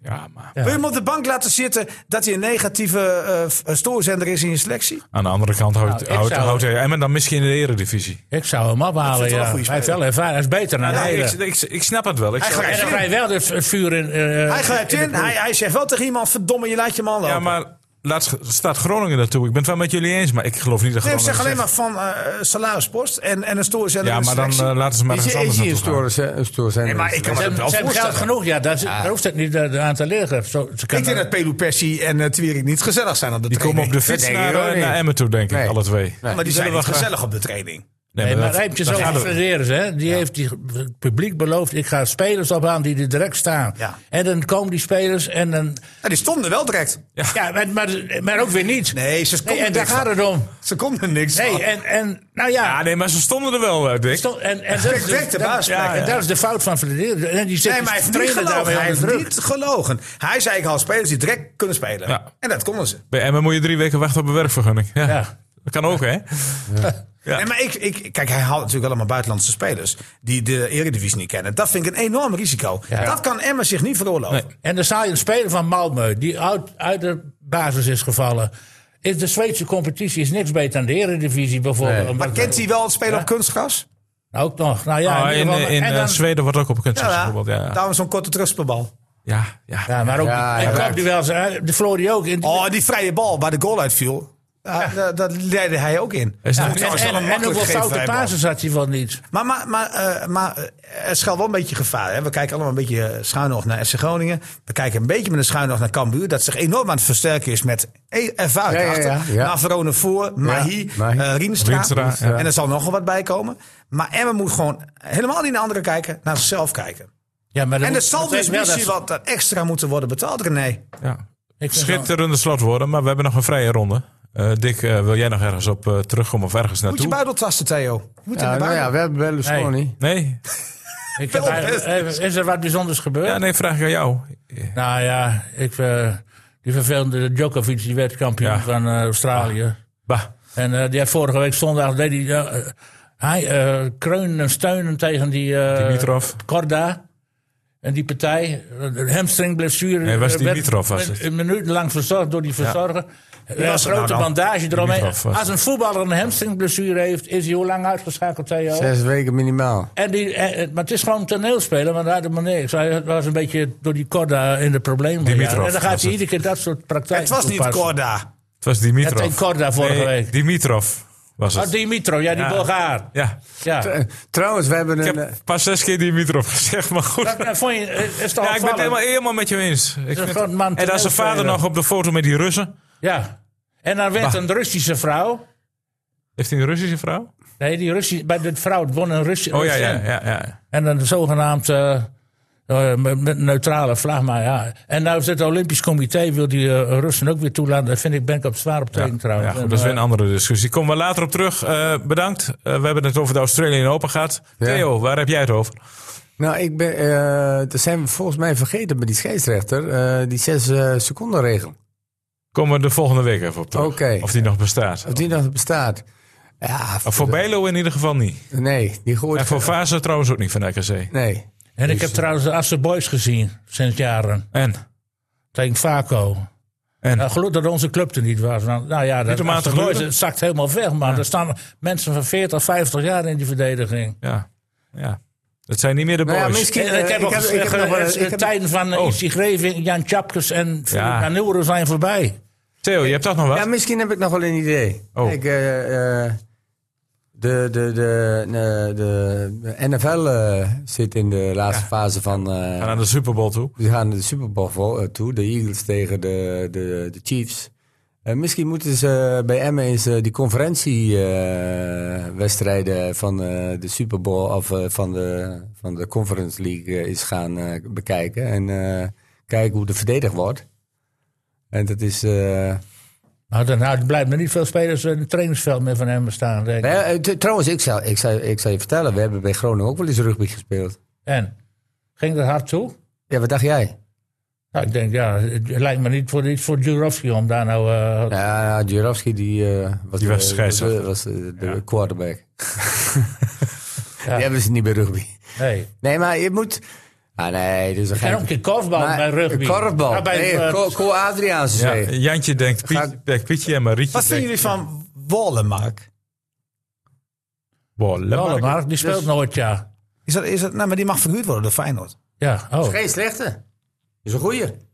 Ja, maar wil je hem op de bank laten zitten... dat hij een negatieve eh, f- stoorzender is in je selectie? aan de andere kant houdt, Nou, ik houdt, zou- houdt hij Emmen dan misschien in de eredivisie. Ik zou hem ophalen, vind het wel een ja. goede Hij heeft wel ervaren. Hij is beter dan Ja, hij. ik, En ik, ik snap het wel. Ik Hij zou- grijpt dan in. ga je wel het het vuur in... eh, Hij grijpt in, hij, hij zegt wel tegen iemand... verdomme, je laat je man lopen. ja, maar laat, staat Groningen daartoe. Ik ben het wel met jullie eens, maar ik geloof niet dat Nee, ik Groningen... zeg alleen zegt- maar van eh salarispost en, en een stoorzender Ja, in de maar dan selectie. eh, laten ze maar is eens je, is anders je een naartoe gaan. stoor, een stoor zijn? Nee, maar ik kan me Ze dat wel hebben, ze hebben geld voorstellen. genoeg, ja. Daar, is- daar hoeft het niet eh, aan te liggen. Zo, ze kan Ik denk dat Pelu Persie en uh, Twierik niet gezellig zijn op de Die komen training. op de fiets denk ik naar, ook eh, niet. naar Emmen toe, denk ik, Nee. alle twee. Nee, maar die zijn zullen wel wel graag- gezellig op de training. Nee, maar dat- Rijmpjes dat over gaat ook. Frederis, hè? Die heeft die het publiek beloofd: ik ga spelers ophalen die er direct staan. Ja. En dan komen die spelers en dan. Ja, die stonden wel direct. Ja, maar, maar, maar ook weer niet. Nee, ze konden en daar niks gaat van. het om. Ze konden niks Nee, van. en, en nou ja. Ja, nee, maar ze stonden er wel, eh, Dick. sto- en, en dat is de, direct de dat- baas ja, trekken. en dat is de fout van Frederis. En die zet Nee, maar hij die heeft niet trainer gelogen. daarmee Hij heeft onder druk. niet gelogen. Hij zei ik al spelers die direct kunnen spelen. Ja. En dat konden ze. Bij Emmen moet je drie weken wachten op een werkvergunning. Ja. Ja. Dat kan ook, hè? Nee, maar ik, ik, kijk, hij haalt natuurlijk allemaal buitenlandse spelers die de Eredivisie niet kennen. Dat vind ik een enorm risico. Ja. Dat kan Emma zich niet veroorloven. En dan sta je een speler van Malmö, die uit, uit de basis is gevallen. Is de Zweedse competitie is niks beter dan de Eredivisie bijvoorbeeld. Nee. Omdat- Maar kent hij wel het spelen op kunstgras? Ook nog. Nou ja, Oh, in, in ieder eh, geval- in en eh, dan- Zweden wordt ook op kunstgras Ja, bijvoorbeeld. Ja, Daarom zo'n korte terugspelbal. ja, ja. Ja, maar ook Ja, die- ja, en ja. kopduels, hè, eh, de Floor die ook. In, Oh, die vrije bal waar de goal uit viel. Ja, da- Dat leidde hij ook in. Is en, niet- dat en, is wel een en, en makkelijk hoeveel gegeven foute vrijbal. pases had hij van niet? Maar, maar, maar, eh, maar eh, er schuilt wel een beetje gevaar. Hè? We kijken allemaal een beetje eh, schuin nog naar FC Groningen. We kijken een beetje met een schuin nog naar Cambuur. Dat zich enorm aan het versterken is met e- ervaring Ja, ja, achter. ja, ja. Navarone voor, Mahi, Mahi. eh, Riemstra. Riemstra, ja. En er zal nogal wat bij komen. Maar Emmen moet gewoon helemaal niet naar anderen kijken. Naar zichzelf kijken. Ja, maar En er dat zal dat dus betekent wel misschien dat- wat dat extra moeten worden betaald, René. ja. ik vind wel- Schitterende slotwoorden, maar we hebben nog een vrije ronde. Eh, Dick, eh, wil jij nog ergens op eh, terugkomen of ergens Moet je naartoe? buideltasten, Theo. Moet je Ja, in de nou buidel. ja, we hebben Berlusconi. Nee? ik heb Wel, eigenlijk- even- Is er wat bijzonders gebeurd? Ja, nee, vraag ik aan jou. Nou ja, ik, eh, die vervelende Djokovic die werd kampioen Ja. van eh, Australië. Bah. En eh, die had vorige week zondag deed die, eh, eh, hij eh kreunen en steunen tegen die eh, Dimitrov. Korda. En die partij, eh, de hamstringblessure. Nee, was eh, Dimitrov, was werd het. Een minuut lang verzorgd door die verzorger. Er was een nou grote dan? bandage eromheen. Dimitrov was Als een voetballer een hamstringblessure heeft, is hij hoe lang uitgeschakeld, Theo? Zes weken minimaal. En die, eh, eh, maar het is gewoon toneelspelen, maar daar de manier. Ik zei, het was een beetje door die Korda in de problemen. Dimitrov Ja, En dan gaat was hij het. iedere keer dat soort praktijken Het was niet toepassen. Corda. Het was Ja, Dimitrov. tegen Korda vorige Nee, week. Dimitrov was het. Oh, Dimitrov, ja, die Ja. Bulgaar. Ja, Ja. Eh, Trouwens, we hebben ik een... eh, heb pas zes keer Dimitrov gezegd, maar goed. Dat, dat vond je, eh, is toch Ja, ik ben het helemaal, opvallend? helemaal met je eens. Ik een vind- groot man en als zijn vader toneelspeler. nog op de foto met die Russen. Ja. En dan werd Bah. een Russische vrouw. Heeft hij een Russische vrouw? Nee, die Russie, bij de vrouw won een Russie. Oh ja, ja, Russian. ja. ja. En een zogenaamd eh, eh, met, met een neutrale vlag, maar ja. En nou is het Olympisch Comité, wil die eh, Russen ook weer toelaten. Dat vind ik, ben ik op zwaar op tegen Ja, trouwens. goed, En, dat is weer eh, een andere discussie. Komen we later op terug. Eh, bedankt. Eh, we hebben het over de Australian Open gehad. Theo, waar heb jij het over? Nou, ik ben, eh dat zijn we volgens mij vergeten bij die scheidsrechter. eh, die zes eh, seconden regel. Komen we de volgende week even op terug. Oké. Of die nog bestaat. Of die nog bestaat. Ja, Oh, Voor Bijlo in ieder geval niet. Nee, die gooit... En voor Fase trouwens ook niet van RKC. Nee. en ik heb trouwens de Asse Boys gezien, sinds jaren. En? Tegen Vaco. En? Nou, gelukkig dat onze club er niet was. Nou, nou ja, dat Niet om aan Asse te Boys gluren. het zakt helemaal weg. Maar er staan mensen van 40, 50 jaar in die verdediging. Ja. ja. Dat zijn niet meer de boys. Nou ja, misschien... En ik eh, heb nog ik heb nog wel- gezegd, ik de heb- tijden van Oh. oh. Greving, Jan Tjapkes en Ja. ja. Nieuweren zijn voorbij. Theo, je hebt toch nog wat? Ja, misschien heb ik nog wel een idee. Oh. Kijk, eh, eh, de, de, de, de, de NFL eh, zit in de laatste fase van... eh, We gaan naar de Super Bowl toe. Ze gaan de Super Bowl voor- eh, toe, de Eagles tegen de, de, de Chiefs. Eh, misschien moeten ze eh, bij Emmen eens eh, die conferentiewedstrijden van eh, de Super Bowl of eh, van, de, van de Conference League eh, eens gaan eh, bekijken. En eh, kijken hoe er verdedigd wordt. En dat is. eh, Nou, dan nou, er blijven er niet veel spelers eh, in het trainingsveld meer van hem bestaan. Denk ik. nou ja, eh, t- trouwens, ik zal, ik, zal, ik zal je vertellen, we hebben bij Groningen ook wel eens rugby gespeeld. En ging er hard toe? Ja, wat dacht jij? Nou, ik denk, ja, het lijkt me niet voor, niet voor Jurovski om daar nou... eh, Ja, Jurovski die, eh, was, Die was eh, scheidsrechter. was, eh, de Ja. quarterback. Ja. Die hebben ze niet bij rugby. nee. Nee, maar je moet. Ah, nee, dus een En ook een keer korfbal Maar- bij rugby. Korfbal. Ja, bij, nee, eh, Ko- Ko Adriaanse Ja, zee. Jantje denkt, Piet, Ga- denkt Pietje en Marietje. Wat vinden jullie van Wallen, Mark? Bolle, Dolle, maar dus- die speelt nooit, ja. Is dat, is dat, nou, maar die mag verhuurd worden door Feyenoord. Ja, oh. Geen slechte. Is een goeie.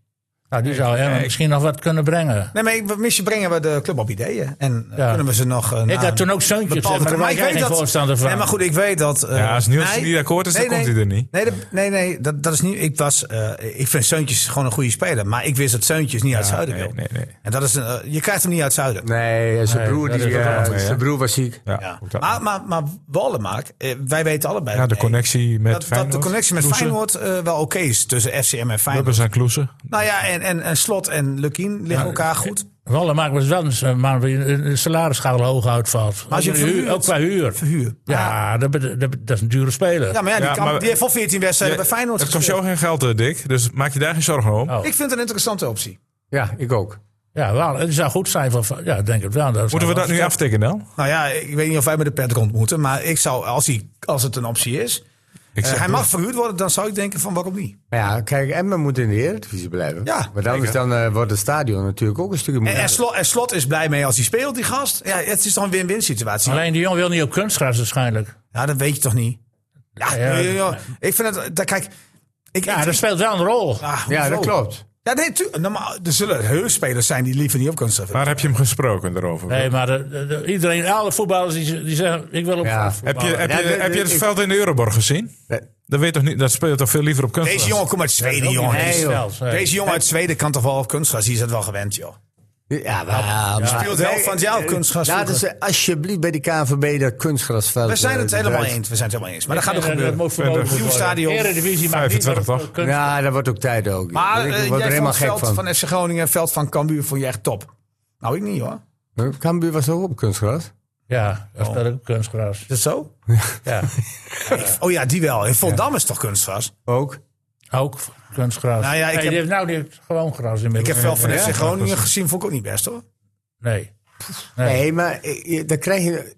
Nou, die zou hem misschien nog wat kunnen brengen. Nee, maar ik- misschien brengen we de club op ideeën. En eh, Ja. kunnen we ze nog... eh, Ik naar Nou, had toen ook een zoontjes, bepaalde- maar daar was jij geen voorstander van. Nee, maar goed, ik weet dat... eh, Ja, als Niels niet akkoord is, dan nee. komt hij er niet. Nee, dat- nee, nee dat, dat is niet... Ik, was, eh, ik vind Zeuntjes gewoon een goede speler. Maar ik wist Oh, dat Zeuntjes niet uit Zuiden nee, wil. nee, nee. En dat is een, eh, je krijgt hem niet uit Zuiden. Nee, zijn broer, dat die, is ook eh, wel mee, hè? zijn broer was ziek. Ja, Ja. ook dat. Maar, maar, maar Wallenmark, eh, wij weten allebei... ja, de nee, connectie met dat, dat Feyenoord. de connectie met Kloeze, Feyenoord eh, wel oké is tussen FCM en Feyenoord. Lubbers en Kloeze. Nou ja, en, en, en Slot en Lukien liggen elkaar goed. Wallenmaak was wel eens een man die een salarisschaal hoog uitvalt. Maar als je hem Ook verhuurt- ook qua huur. Verhuur. Ja, dat, bet- dat, bet- dat is een dure speler. Ja, maar ja, die, Ja, kan- maar- die heeft al 14 wedstrijden bij Feyenoord Het kost jou gespeeld. geen geld, eh, Dick. Dus maak je daar geen zorgen om. Oh. Ik vind het een interessante optie. Ja, ik ook. Ja, wel, het zou goed zijn voor... Ja, ik denk het wel. Moeten we dat nu aftikken dan? Nou ja, ik weet niet of wij met de pet rond moeten. Maar ik zou, als, hij, als het een optie is. Ik eh, zeg hij door. mag verhuurd worden, dan zou ik denken van waarom niet? Maar ja, kijk, Emmen moet in de Eredivisie blijven. Ja, maar dan, is dan eh, wordt het stadion natuurlijk ook een stukje En, en, moeilijker. slot, en Slot is blij mee als hij speelt, die gast. Ja, het is dan een win-win situatie. Alleen de jongen wil niet op kunstgras waarschijnlijk. Ja, dat weet je toch niet? Ja, Ja, ja. joh, joh. Ik vind het... Daar, kijk, ik, Ja, ik- dat speelt wel een rol. Ah, Ja, dat hoezo? klopt. Ja, nee, tu- normaal, er zullen heus spelers zijn die liever niet op kunnen staan. Waar heb je hem gesproken daarover? Nee, maar de- de- de- iedereen, alle voetballers die, die zeggen: ik wil op Ja. veld Heb je, voetballen. heb, je, Ja, dit- heb je dit- het veld in de Euroborg gezien? Nee. Dat, weet toch niet, dat speelt toch veel liever op kunstgras? Deze jongen komt uit Zweden, ook niet jongen. eens Deze- veld, nee. Deze jongen uit Zweden kan toch wel op kunstgras? Die is dat wel gewend, joh. Ja, maar... maar- Ah, Speelt wel van jouw eh, kunstgras Laten vroeger. ze Nou, dus, eh, alsjeblieft bij die KNVB dat kunstgrasveld... We zijn het eh, helemaal eruit- eens. We zijn het helemaal eens. Maar dat gaat En er gebeuren. Dat moet verboden Verder. worden. Nieuwstadion. Eredivisie maakt 25 niet toch? kunst- Ja, dat wordt ook tijd ook. Maar eh, ik word er jij vond helemaal het gek veld van. van. FC Groningen en veld van Cambuur vond je echt top. Nou, ik niet, hoor. Huh, Cambuur was ook op kunstgras. Ja, dat Oh. speelt ook kunstgras. Is dat zo? Ja, Oh ja, die wel. In Volendam is toch kunstgras? Ook. ook kunstgras. Nou ja, ik nee, heb- die heeft nou niet gewoon gras Ik inmiddels. heb veld van FC Groningen gezien, vond ik ook niet best, hoor. Nee. Nee, maar eh, je- dan krijg je...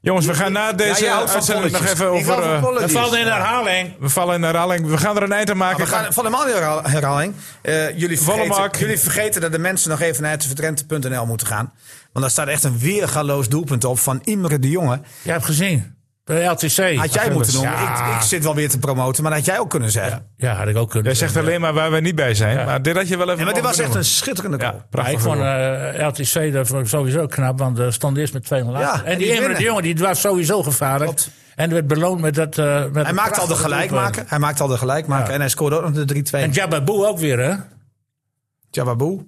Jongens, we gaan na deze jij houdt van uitzending nog polletjes. even Ik hou over... van eh, polletjes. Dat valt in herhaling. we vallen in herhaling. We gaan er een eind aan maken. We gaan van helemaal in herhaling. Eh, jullie, Wollemark. vergeten, jullie vergeten dat de mensen nog even naar hetvertrente.nl moeten gaan. Want daar staat echt een weergaloos doelpunt op van Imre de Jonge. Je hebt gezien. De LTC. Had jij moeten doen. Ja. Ik, ik zit wel weer te promoten, maar dat had jij ook kunnen zeggen. Ja, had ik ook kunnen. Jij zegt alleen maar waar we niet bij zijn. Maar dit had je wel even... Nee, maar dit was mogen echt een benoemen. schitterende goal. Ja, Maar prachtig. ik vond eh, LTC dat vond ik sowieso knap, want de stond eerst met 2-0 achter. Ja, en en die die Emre winnen. de Jonge die was sowieso gevaarlijk. Klopt. En werd beloond met dat... eh, met Hij maakt al de gelijkmaker. Hij maakt al de gelijkmaker. En hij scoorde ook nog de 3-2. En En Jababu ook weer, hè? Jababoe.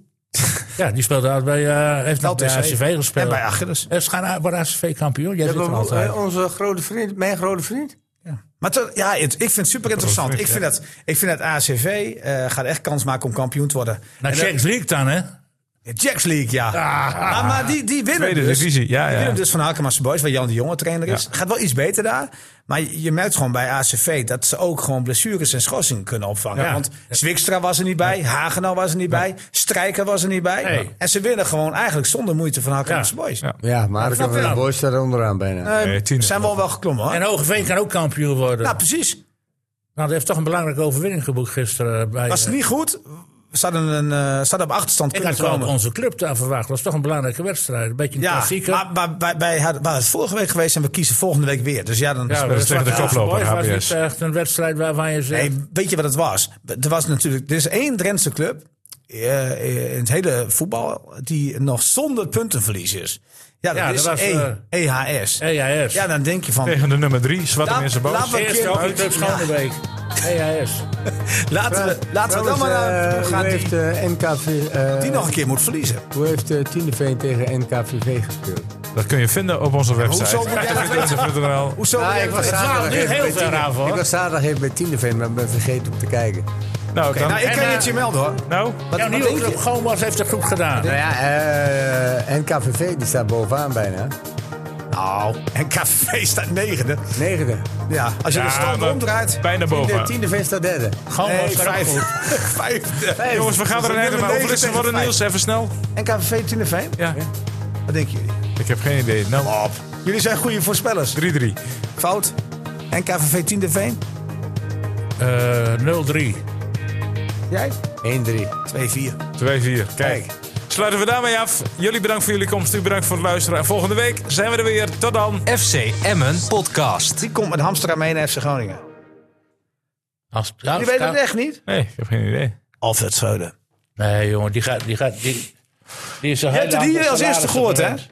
Ja, die speelde altijd bij, eh heeft nog bij LTC. ACV En gespeeld. Eh, bij Achilles. Ze gaan voor ACV kampioen. Jij zit er altijd. eh, onze grote vriend, mijn grote vriend. Maar toch- ja, het- ik vind het super interessant. Ik vind dat, ik vind dat ACV eh, gaat echt kans maken om kampioen te worden. Naar En dat- Champions League dan, hè? Jacks League, ja. Maar, maar die, die winnen Tweede dus. divisie, ja, Die ja. winnen dus van Alkmaarse Boys, waar Jan de Jonge trainer is. Gaat wel iets beter daar. Maar je je merkt gewoon bij ACV dat ze ook gewoon blessures en schorsingen kunnen opvangen. Ja. Want Zwikstra was er niet bij, Hagenau was er niet bij, Strijker was er niet bij. Nee. En ze winnen gewoon eigenlijk zonder moeite van Alkmaarse Ja. Boys. Ja. Ja, maar snap dan de je wel. boys staat onderaan bijna. Eh, Nee, tiende. zijn we al wel geklommen hoor. En Hogeveen kan ook kampioen worden. nou, Nou, precies. die heeft toch een belangrijke overwinning geboekt gisteren. eh, Bij, Was het niet goed? We zouden, een, eh, zouden op achterstand ik kunnen had wel komen. onze club daar verwacht. Dat was toch een belangrijke wedstrijd. Een beetje een Ja, klassieker. maar, maar wij, wij hadden- waren het vorige week geweest en we kiezen volgende week weer. Dus ja, dan Ja, dat is tegen de Zwarte koploper, Boys was HBS. niet echt een wedstrijd waarvan je zegt... Nee, weet je wat het was? Er was natuurlijk, er is één Drentse club eh, in het hele voetbal die nog zonder puntenverlies is. Ja, dat Ja, is dat was, eh, E- EHS. EAS. Ja, dan denk je van, Tegen de nummer drie, Zwarte Laat- Mensen Boos. laat maar- Eerste E Buiten. hockeyclub Schonebeek. EAS. laten we, laten we dan maar naar toe gaan eh, Hoe die, heeft eh, NKV... eh, die nog een keer moet verliezen. Hoe heeft eh, Tiendeveen tegen NKVV gespeeld? Dat kun je vinden op onze website. hoezo moet jij dat weten? www.nl. Hoezo? Ah, Oké, ik was dwaalt zaterdag nu even heel bij ver Tiende- af, hoor. Ik was zaterdag even bij Tiendeveen, maar ben vergeten om te kijken. Nou, dan- nou, ik kan En, je het je melden hoor. nou, Jouw wat nieuwe denk club Gomas heeft het goed gedaan. Nou ja, eh, NKVV die staat bovenaan bijna. Nou, en KV staat negende. Negende. Ja, als je de stand maar omdraait. bijna Tiende, boven. Tiendeveen staat derde. Gomas Nee, staat ook vijf. goed. [LAUGHS] Vijfde. Jongens, we gaan er een eind aan nummer maken. negen Hoeveel is er tegen worden, vijf. Niels? Even snel. En KVV Tieneveen? Ja, Wat denken jullie? ik heb geen idee. Nou, Jullie zijn goede voorspellers. 3-3. Fout. En KVV Tiendeveen? Eh, 0-3. Jij? 1-3. 2-4. 2-4. Kijk. Sluiten we daarmee af. Jullie bedankt voor jullie komst. U bedankt voor het luisteren. En volgende week zijn we er weer. Tot dan. FC Emmen podcast. Die komt met hamster mee naar FC Groningen. Als, Die weet het echt niet. Nee, ik heb geen idee. Alfred Schreuder. Nee, jongen, die gaat... Die, gaat, die, die is een Jij hebt hele het hier als ambassadeur eerste gehoord, hè? gewend.